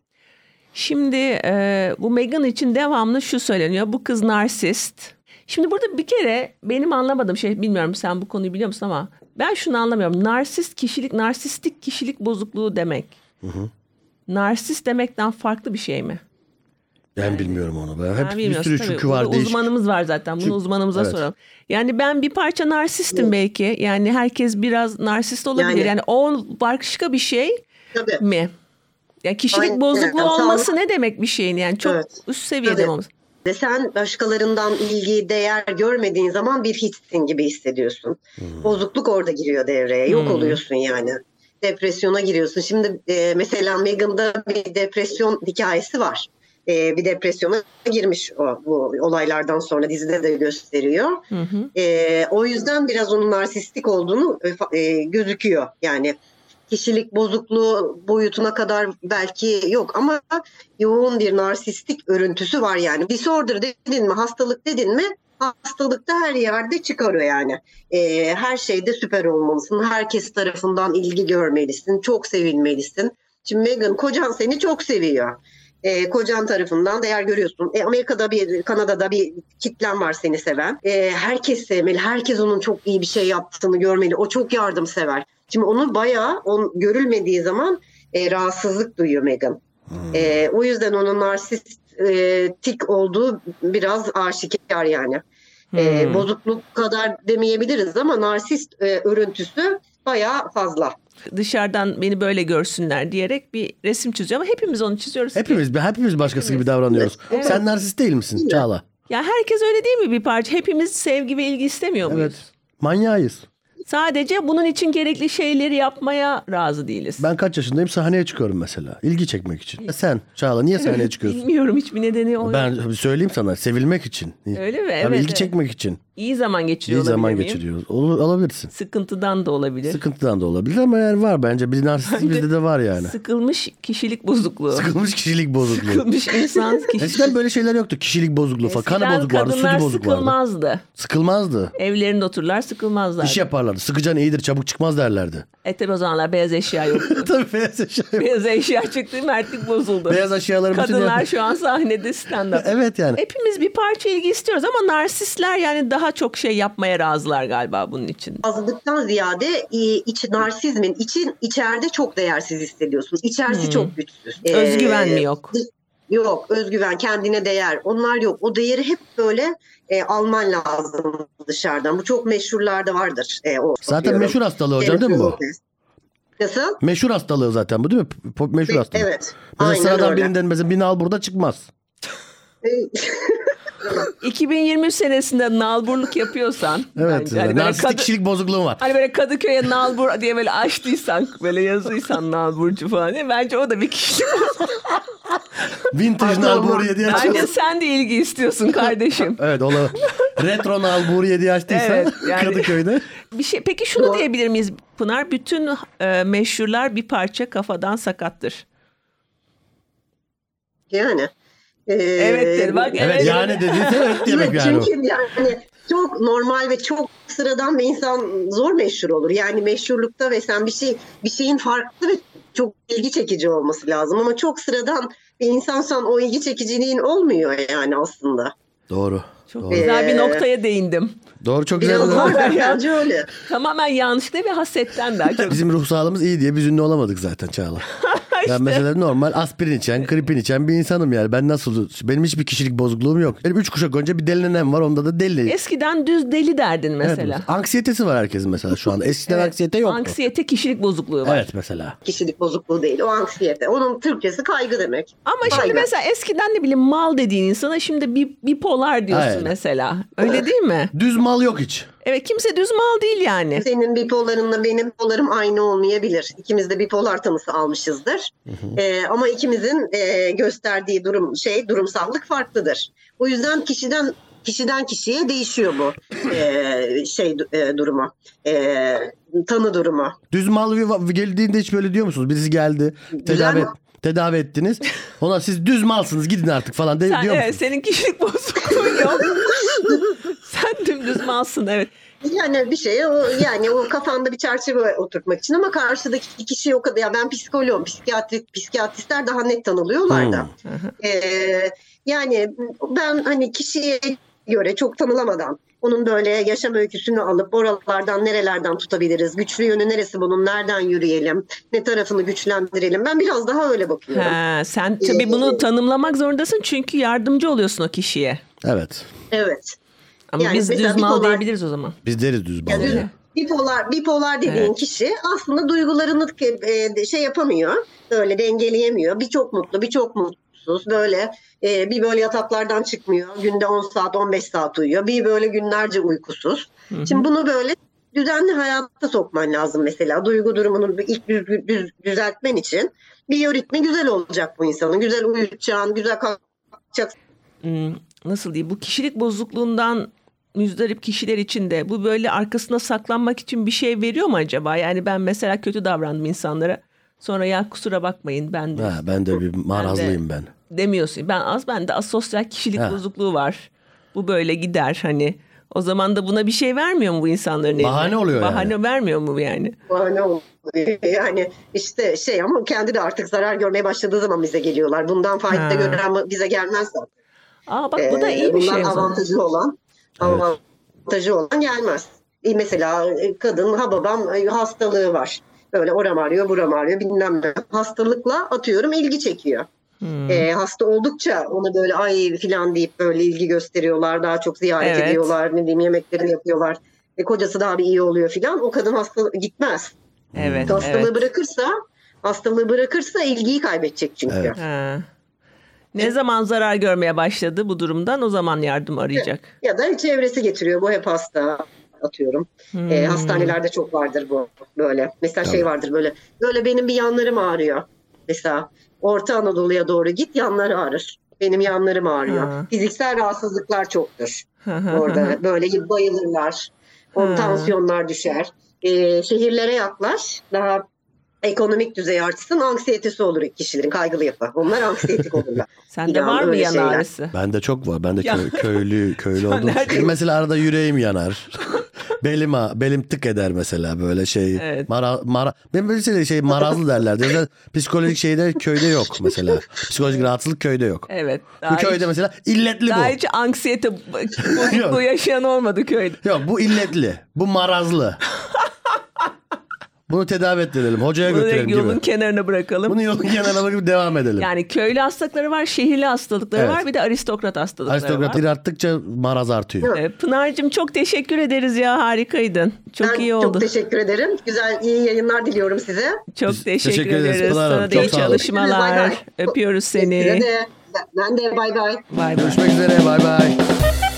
S1: Şimdi e, bu Meghan için devamlı şu söyleniyor. Bu kız narsist. Şimdi burada bir kere benim anlamadığım şey bilmiyorum sen bu konuyu biliyor musun ama ben şunu anlamıyorum. Narsist kişilik, narsistik kişilik bozukluğu demek. Narsist demekten farklı bir şey mi?
S2: Ben bilmiyorum onu. Ben hep
S1: Ben
S2: bir
S1: bilmiyorum.
S2: sürü
S1: Tabii
S2: çünkü
S1: bunu
S2: var değişik.
S1: Uzmanımız var zaten. Bunu
S2: Çünkü-
S1: uzmanımıza
S2: Evet.
S1: soralım. Yani ben bir parça narsistim belki. Yani herkes biraz narsist olabilir. Yani,
S4: Yani-
S1: o başka bir şey
S4: Tabii.
S1: mi? Yani kişilik
S4: Aynen.
S1: bozukluğu
S4: Yani
S1: olması
S4: sağlık-
S1: ne demek bir şeyin yani çok
S4: Evet.
S1: üst seviyede
S4: Tabii.
S1: olması.
S4: Ve sen başkalarından ilgi, değer görmediğin zaman bir hiçsin gibi hissediyorsun. Bozukluk orada giriyor devreye. Yok
S1: Hmm.
S4: oluyorsun yani. Depresyona giriyorsun. Şimdi e, mesela Meghan'da bir depresyon hikayesi var. E, bir depresyona girmiş o bu olaylardan sonra dizide de gösteriyor.
S1: Hı hı.
S4: E, o yüzden biraz onun narsistik olduğunu e, fa- e, gözüküyor. Yani kişilik bozukluğu boyutuna kadar belki yok ama yoğun bir narsistik örüntüsü var yani. Disorder dedin mi, hastalık dedin mi hastalıkta her yerde çıkarıyor yani. E, her şeyde süper olmalısın. Herkes tarafından ilgi görmelisin. Çok sevilmelisin. Şimdi Meghan kocan seni çok seviyor. E, kocan tarafından değer görüyorsun. E, Amerika'da bir, Kanada'da bir kitlen var seni seven. E, herkes sevmeli. Herkes onun çok iyi bir şey yaptığını görmeli. O çok yardımsever. Şimdi onu bayağı on, görülmediği zaman e, rahatsızlık duyuyor Meghan. E, o yüzden onun narsistik olduğu biraz aşikar yani. E,
S1: Hmm.
S4: bozukluk kadar demeyebiliriz ama narsist e, örüntüsü bayağı fazla.
S1: Dışarıdan beni böyle görsünler diyerek bir resim çiziyor ama hepimiz onu çiziyoruz. ki.
S2: Hepimiz hepimiz başkası gibi davranıyoruz.
S1: Evet.
S2: Sen narsist değil misin Çağla?
S1: Ya herkes öyle değil mi bir parça? Hepimiz sevgi ve ilgi istemiyor muyuz?
S2: Evet. Manyağıyız.
S1: Sadece bunun için gerekli şeyleri yapmaya razı değiliz.
S2: Ben kaç yaşındayım sahneye çıkıyorum mesela. İlgi çekmek için. E Sen Çağla niye sahneye çıkıyorsun?
S1: Bilmiyorum hiçbir nedeni o.
S2: Ben söyleyeyim sana sevilmek için.
S1: Öyle mi?
S2: Tabii
S1: Evet,
S2: ilgi
S1: evet.
S2: çekmek için.
S1: İyi zaman geçiriyor
S2: İyi zaman
S1: olabilir miyim?
S2: geçiriyoruz. Olur, alabilirsin.
S1: Sıkıntıdan da olabilir.
S2: Sıkıntıdan da olabilir ama yani var bence. Bir narsist
S1: Bence-
S2: bizde de var yani.
S1: Sıkılmış kişilik bozukluğu.
S2: Sıkılmış kişilik bozukluğu.
S1: Sıkılmış insan kişilik.
S2: Eskiden böyle şeyler yoktu. Kişilik bozukluğu falan. Kan bozuk vardı,
S1: kadınlar
S2: sütü bozuk vardı.
S1: sıkılmazdı.
S2: Sıkılmazdı.
S1: Evlerinde otururlar sıkılmazlardı.
S2: İş yaparlardı. Sıkıcan iyidir, çabuk çıkmaz derlerdi.
S1: E tabi o zamanlar beyaz eşya yoktu.
S2: Tabii beyaz eşya.
S1: beyaz eşya çıktı mertlik bozuldu.
S2: Beyaz eşyaların bütün-
S1: Kadınlar şu an sahnede stand up.
S2: Evet yani.
S1: Hepimiz bir parça ilgi istiyoruz ama narsistler yani daha çok şey yapmaya razılar galiba bunun için.
S4: Azlıktan ziyade e, iç narsizmin için içeride çok değersiz hissediyorsun. İçerisi çok güçsüz. E,
S1: Özgüven mi yok?
S4: Yok, özgüven, kendine değer. Onlar yok. O değeri hep böyle e, alman lazım dışarıdan. Bu çok meşhurlarda vardır. E, o,
S2: Zaten meşhur hastalığı hocam değil mi bu?
S4: Nasıl?
S2: Meşhur hastalığı zaten bu değil mi? Po- Meşhur hastalığı.
S4: Evet.
S2: Mesela
S4: Aynen
S2: sıradan
S4: öyle.
S2: birinden mesela bir nal burada çıkmaz.
S4: E,
S1: 2023 senesinde nalburluk yapıyorsan.
S2: Evet.
S1: bence hani böyle
S2: narsistik
S1: kadı-
S2: kişilik bozukluğu var.
S1: Hani böyle Kadıköy'e nalbur diye böyle açtıysan böyle yazıysan nalburcu falan diye bence o da bir kişi.
S2: Vintage nal buraya diye
S1: bence
S2: açıyorsun.
S1: sen de ilgi istiyorsun kardeşim.
S2: Evet ola. Retro nal buraya diye açtıysan
S1: Evet, yani-
S2: Kadıköy'de.
S1: Bir şey peki şunu diyebilir miyiz Pınar? Bütün e, meşhurlar bir parça kafadan sakattır.
S4: yani. E,
S1: Evet dedi, bak,
S2: Evet,
S1: Evet.
S2: yani dediyse evet demek
S4: Evet,
S2: yani o.
S4: Çünkü yani çok normal ve çok sıradan bir insan zor meşhur olur. Yani meşhurlukta ve sen bir şey bir şeyin farklı ve çok ilgi çekici olması lazım ama çok sıradan bir insansan o ilgi çekiciliğin olmuyor yani aslında.
S2: Doğru.
S1: Çok
S2: Doğru.
S1: güzel bir
S4: Ee,
S1: noktaya değindim.
S2: Doğru çok güzel.
S4: Biraz
S2: dedin.
S4: var bence öyle.
S1: Tamamen yanlışlıkla ve hasetten daha çok.
S2: Bizim ruh sağlığımız iyi diye biz ünlü olamadık zaten Çağla. Ben mesela normal aspirin içen, kripin içen bir insanım yani. Ben nasıl, benim hiçbir kişilik bozukluğum yok. Benim üç kuşak önce bir delinenem var onda da deli.
S1: Eskiden düz deli derdin mesela.
S2: Evet, anksiyetesi var herkesin mesela şu anda. Eskiden
S1: Evet.
S2: anksiyete yoktu.
S1: Anksiyete kişilik bozukluğu var.
S2: Evet mesela.
S4: Kişilik bozukluğu değil o anksiyete. Onun Türkçesi kaygı demek.
S1: Ama şimdi
S4: Kaygı.
S1: mesela eskiden ne bileyim mal dediğin insana şimdi bi- bipolar diyorsun
S2: Aynen.
S1: mesela. Öyle değil mi?
S2: Düz mal yok hiç.
S1: Evet kimse düz mal değil yani.
S4: Senin bipolarınla benim bipolarım aynı olmayabilir. İkimiz de bipolar tanısı almışızdır. Ee, ama ikimizin e, gösterdiği durum şey durumsallık farklıdır. O yüzden kişiden kişiden kişiye değişiyor bu e, şey e, durumu. E, tanı durumu.
S2: Düz mal bir- geldiğinde hiç böyle diyor musunuz? Birisi geldi tedavi,
S4: ama-
S2: tedavi ettiniz. Ona siz düz malsınız gidin artık falan de,
S1: Sen,
S2: diyor
S1: evet,
S2: musunuz?
S1: senin kişilik bozukluğun yok. Sen dümdüz malsın evet.
S4: Yani bir şeye o yani o kafanda bir çerçeve oturtmak için ama karşıdaki kişi o kadar ya ben psikoloğum, psikiyatrist, psikiyatristler daha net tanılıyorlar da.
S1: Hmm. Aha.
S4: Ee, yani ben hani kişiye göre çok tanılamadan onun böyle yaşam öyküsünü alıp oralardan nerelerden tutabiliriz? Güçlü yönü neresi bunun? Nereden yürüyelim? Ne tarafını güçlendirelim? Ben biraz daha öyle bakıyorum.
S1: Ha, sen tabii
S4: Ee,
S1: bunu tanımlamak zorundasın çünkü yardımcı oluyorsun o kişiye.
S2: Evet.
S4: Evet.
S1: Ama
S4: Yani
S1: biz
S4: mesela
S1: düz mal
S4: bipolar-
S1: diyebiliriz o zaman.
S2: Biz deriz düz mal.
S4: Yani
S2: diye.
S4: bipolar bipolar dediğin
S1: Evet.
S4: kişi aslında duygularını e, şey yapamıyor. Böyle dengeleyemiyor. Bir çok mutlu, bir çok mutsuz. Böyle e, bir böyle yataklardan çıkmıyor. Günde 10 saat, 15 saat uyuyor. Bir böyle günlerce uykusuz.
S1: Hı hı.
S4: Şimdi bunu böyle düzenli hayatta sokman lazım mesela. Duygu durumunu bir ilk düz, düz- düzeltmen için biyoritmi güzel olacak bu insanın. Güzel uyutacaksın, güzel kalkacaksın.
S1: Hmm, nasıl diyeyim bu kişilik bozukluğundan müzdarip kişiler için de bu böyle arkasına saklanmak için bir şey veriyor mu acaba? Yani ben mesela kötü davrandım insanlara. Sonra ya kusura bakmayın ben de
S2: Ha, ben de bir marazlıyım ben.
S1: demiyorsun. Ben az bende asosyal kişilik
S2: Ha.
S1: bozukluğu var. Bu böyle gider hani. O zaman da buna bir şey vermiyor mu bu insanların eline?
S2: Bahane oluyor yani.
S1: Bahane vermiyor mu bu yani?
S4: Bahane oluyor. Yani işte şey ama kendi de artık zarar görmeye başladığı zaman bize geliyorlar. Bundan fayda
S1: Ha.
S4: gören bize gelmez zaten.
S1: Aa bak bu da
S4: Ee,
S1: iyi bir
S4: bundan
S1: şey o zaman.
S4: avantajı olan
S2: Evet.
S4: avantajı olan gelmez. E, Mesela e, kadın ha babam e, hastalığı var. Böyle oram ağrıyor buram ağrıyor bilmem ne. Hastalıkla atıyorum ilgi çekiyor.
S1: Hmm.
S4: E, hasta oldukça ona böyle ay filan deyip böyle ilgi gösteriyorlar. Daha çok ziyaret
S1: Evet.
S4: ediyorlar. Ne diyeyim yemeklerini yapıyorlar. E, kocası daha bir iyi oluyor filan. O kadın hasta gitmez.
S1: Evet,
S4: Hastalığı
S1: evet.
S4: bırakırsa hastalığı bırakırsa ilgiyi kaybedecek çünkü.
S2: Evet.
S1: Ha. Ne zaman zarar görmeye başladı bu durumdan o zaman yardım arayacak.
S4: Ya da çevresi getiriyor bu hep hasta atıyorum.
S1: Hmm.
S4: E, hastanelerde çok vardır bu böyle. Mesela şey vardır böyle. Böyle benim bir yanlarım ağrıyor. Mesela Orta Anadolu'ya doğru git yanlar ağrır. Benim yanlarım ağrıyor.
S1: Ha.
S4: Fiziksel rahatsızlıklar çoktur.
S1: Hı hı hı.
S4: Orada böyle bayılırlar.
S1: Ha.
S4: On tansiyonlar düşer. Ee, şehirlere yaklaş. Daha ekonomik düzey artsın. Anksiyetesi olur kişilerin kaygılı yapı. Onlar anksiyetik olurlar.
S1: Sende
S4: Ya,
S1: var mı
S4: öyle
S1: yan
S4: şeyler.
S1: ağrısı?
S2: Bende çok var. Ben de
S1: Ya.
S2: kö- köylü köylü
S1: Ya
S2: oldum.
S1: nerede-
S2: Mesela arada yüreğim yanar. belim ağ- belim tık eder mesela böyle şey.
S1: Evet.
S2: Mara, mara, ben mesela şey marazlı derlerdi. Mesela psikolojik şeyde köyde yok mesela. Psikolojik rahatsızlık köyde yok.
S1: Evet.
S2: Bu
S1: daha
S2: köyde
S1: hiç,
S2: mesela illetli bu.
S1: daha hiç anksiyete bozukluğu yaşayan olmadı köyde.
S2: Yok bu illetli. Bu marazlı. Bunu tedavi ettirelim. Hocaya
S1: Bunu
S2: götürelim
S1: yolun
S2: gibi.
S1: kenarına bırakalım.
S2: Bunu yolun kenarına bırakıp devam edelim.
S1: Yani köylü hastalıkları var, şehirli hastalıkları
S2: Evet.
S1: var, bir de aristokrat hastalıkları var.
S2: Aristokratlar arttıkça maraz artıyor.
S1: Ee, Pınar'cığım çok teşekkür ederiz ya harikaydın. Çok
S4: Ben
S1: iyi oldu.
S4: Çok teşekkür ederim. Güzel iyi yayınlar diliyorum size.
S1: Çok
S2: Biz
S1: teşekkür,
S2: teşekkür ederiz
S1: ederiz.
S2: Pınar Hanım,
S1: Sana da
S2: çok
S1: iyi
S2: sağ olun.
S1: çalışmalar.
S4: Bay bay.
S1: Öpüyoruz seni.
S4: Size de. Ben de bay bay.
S1: Bay bay.
S2: Görüşmek üzere. Bay bay.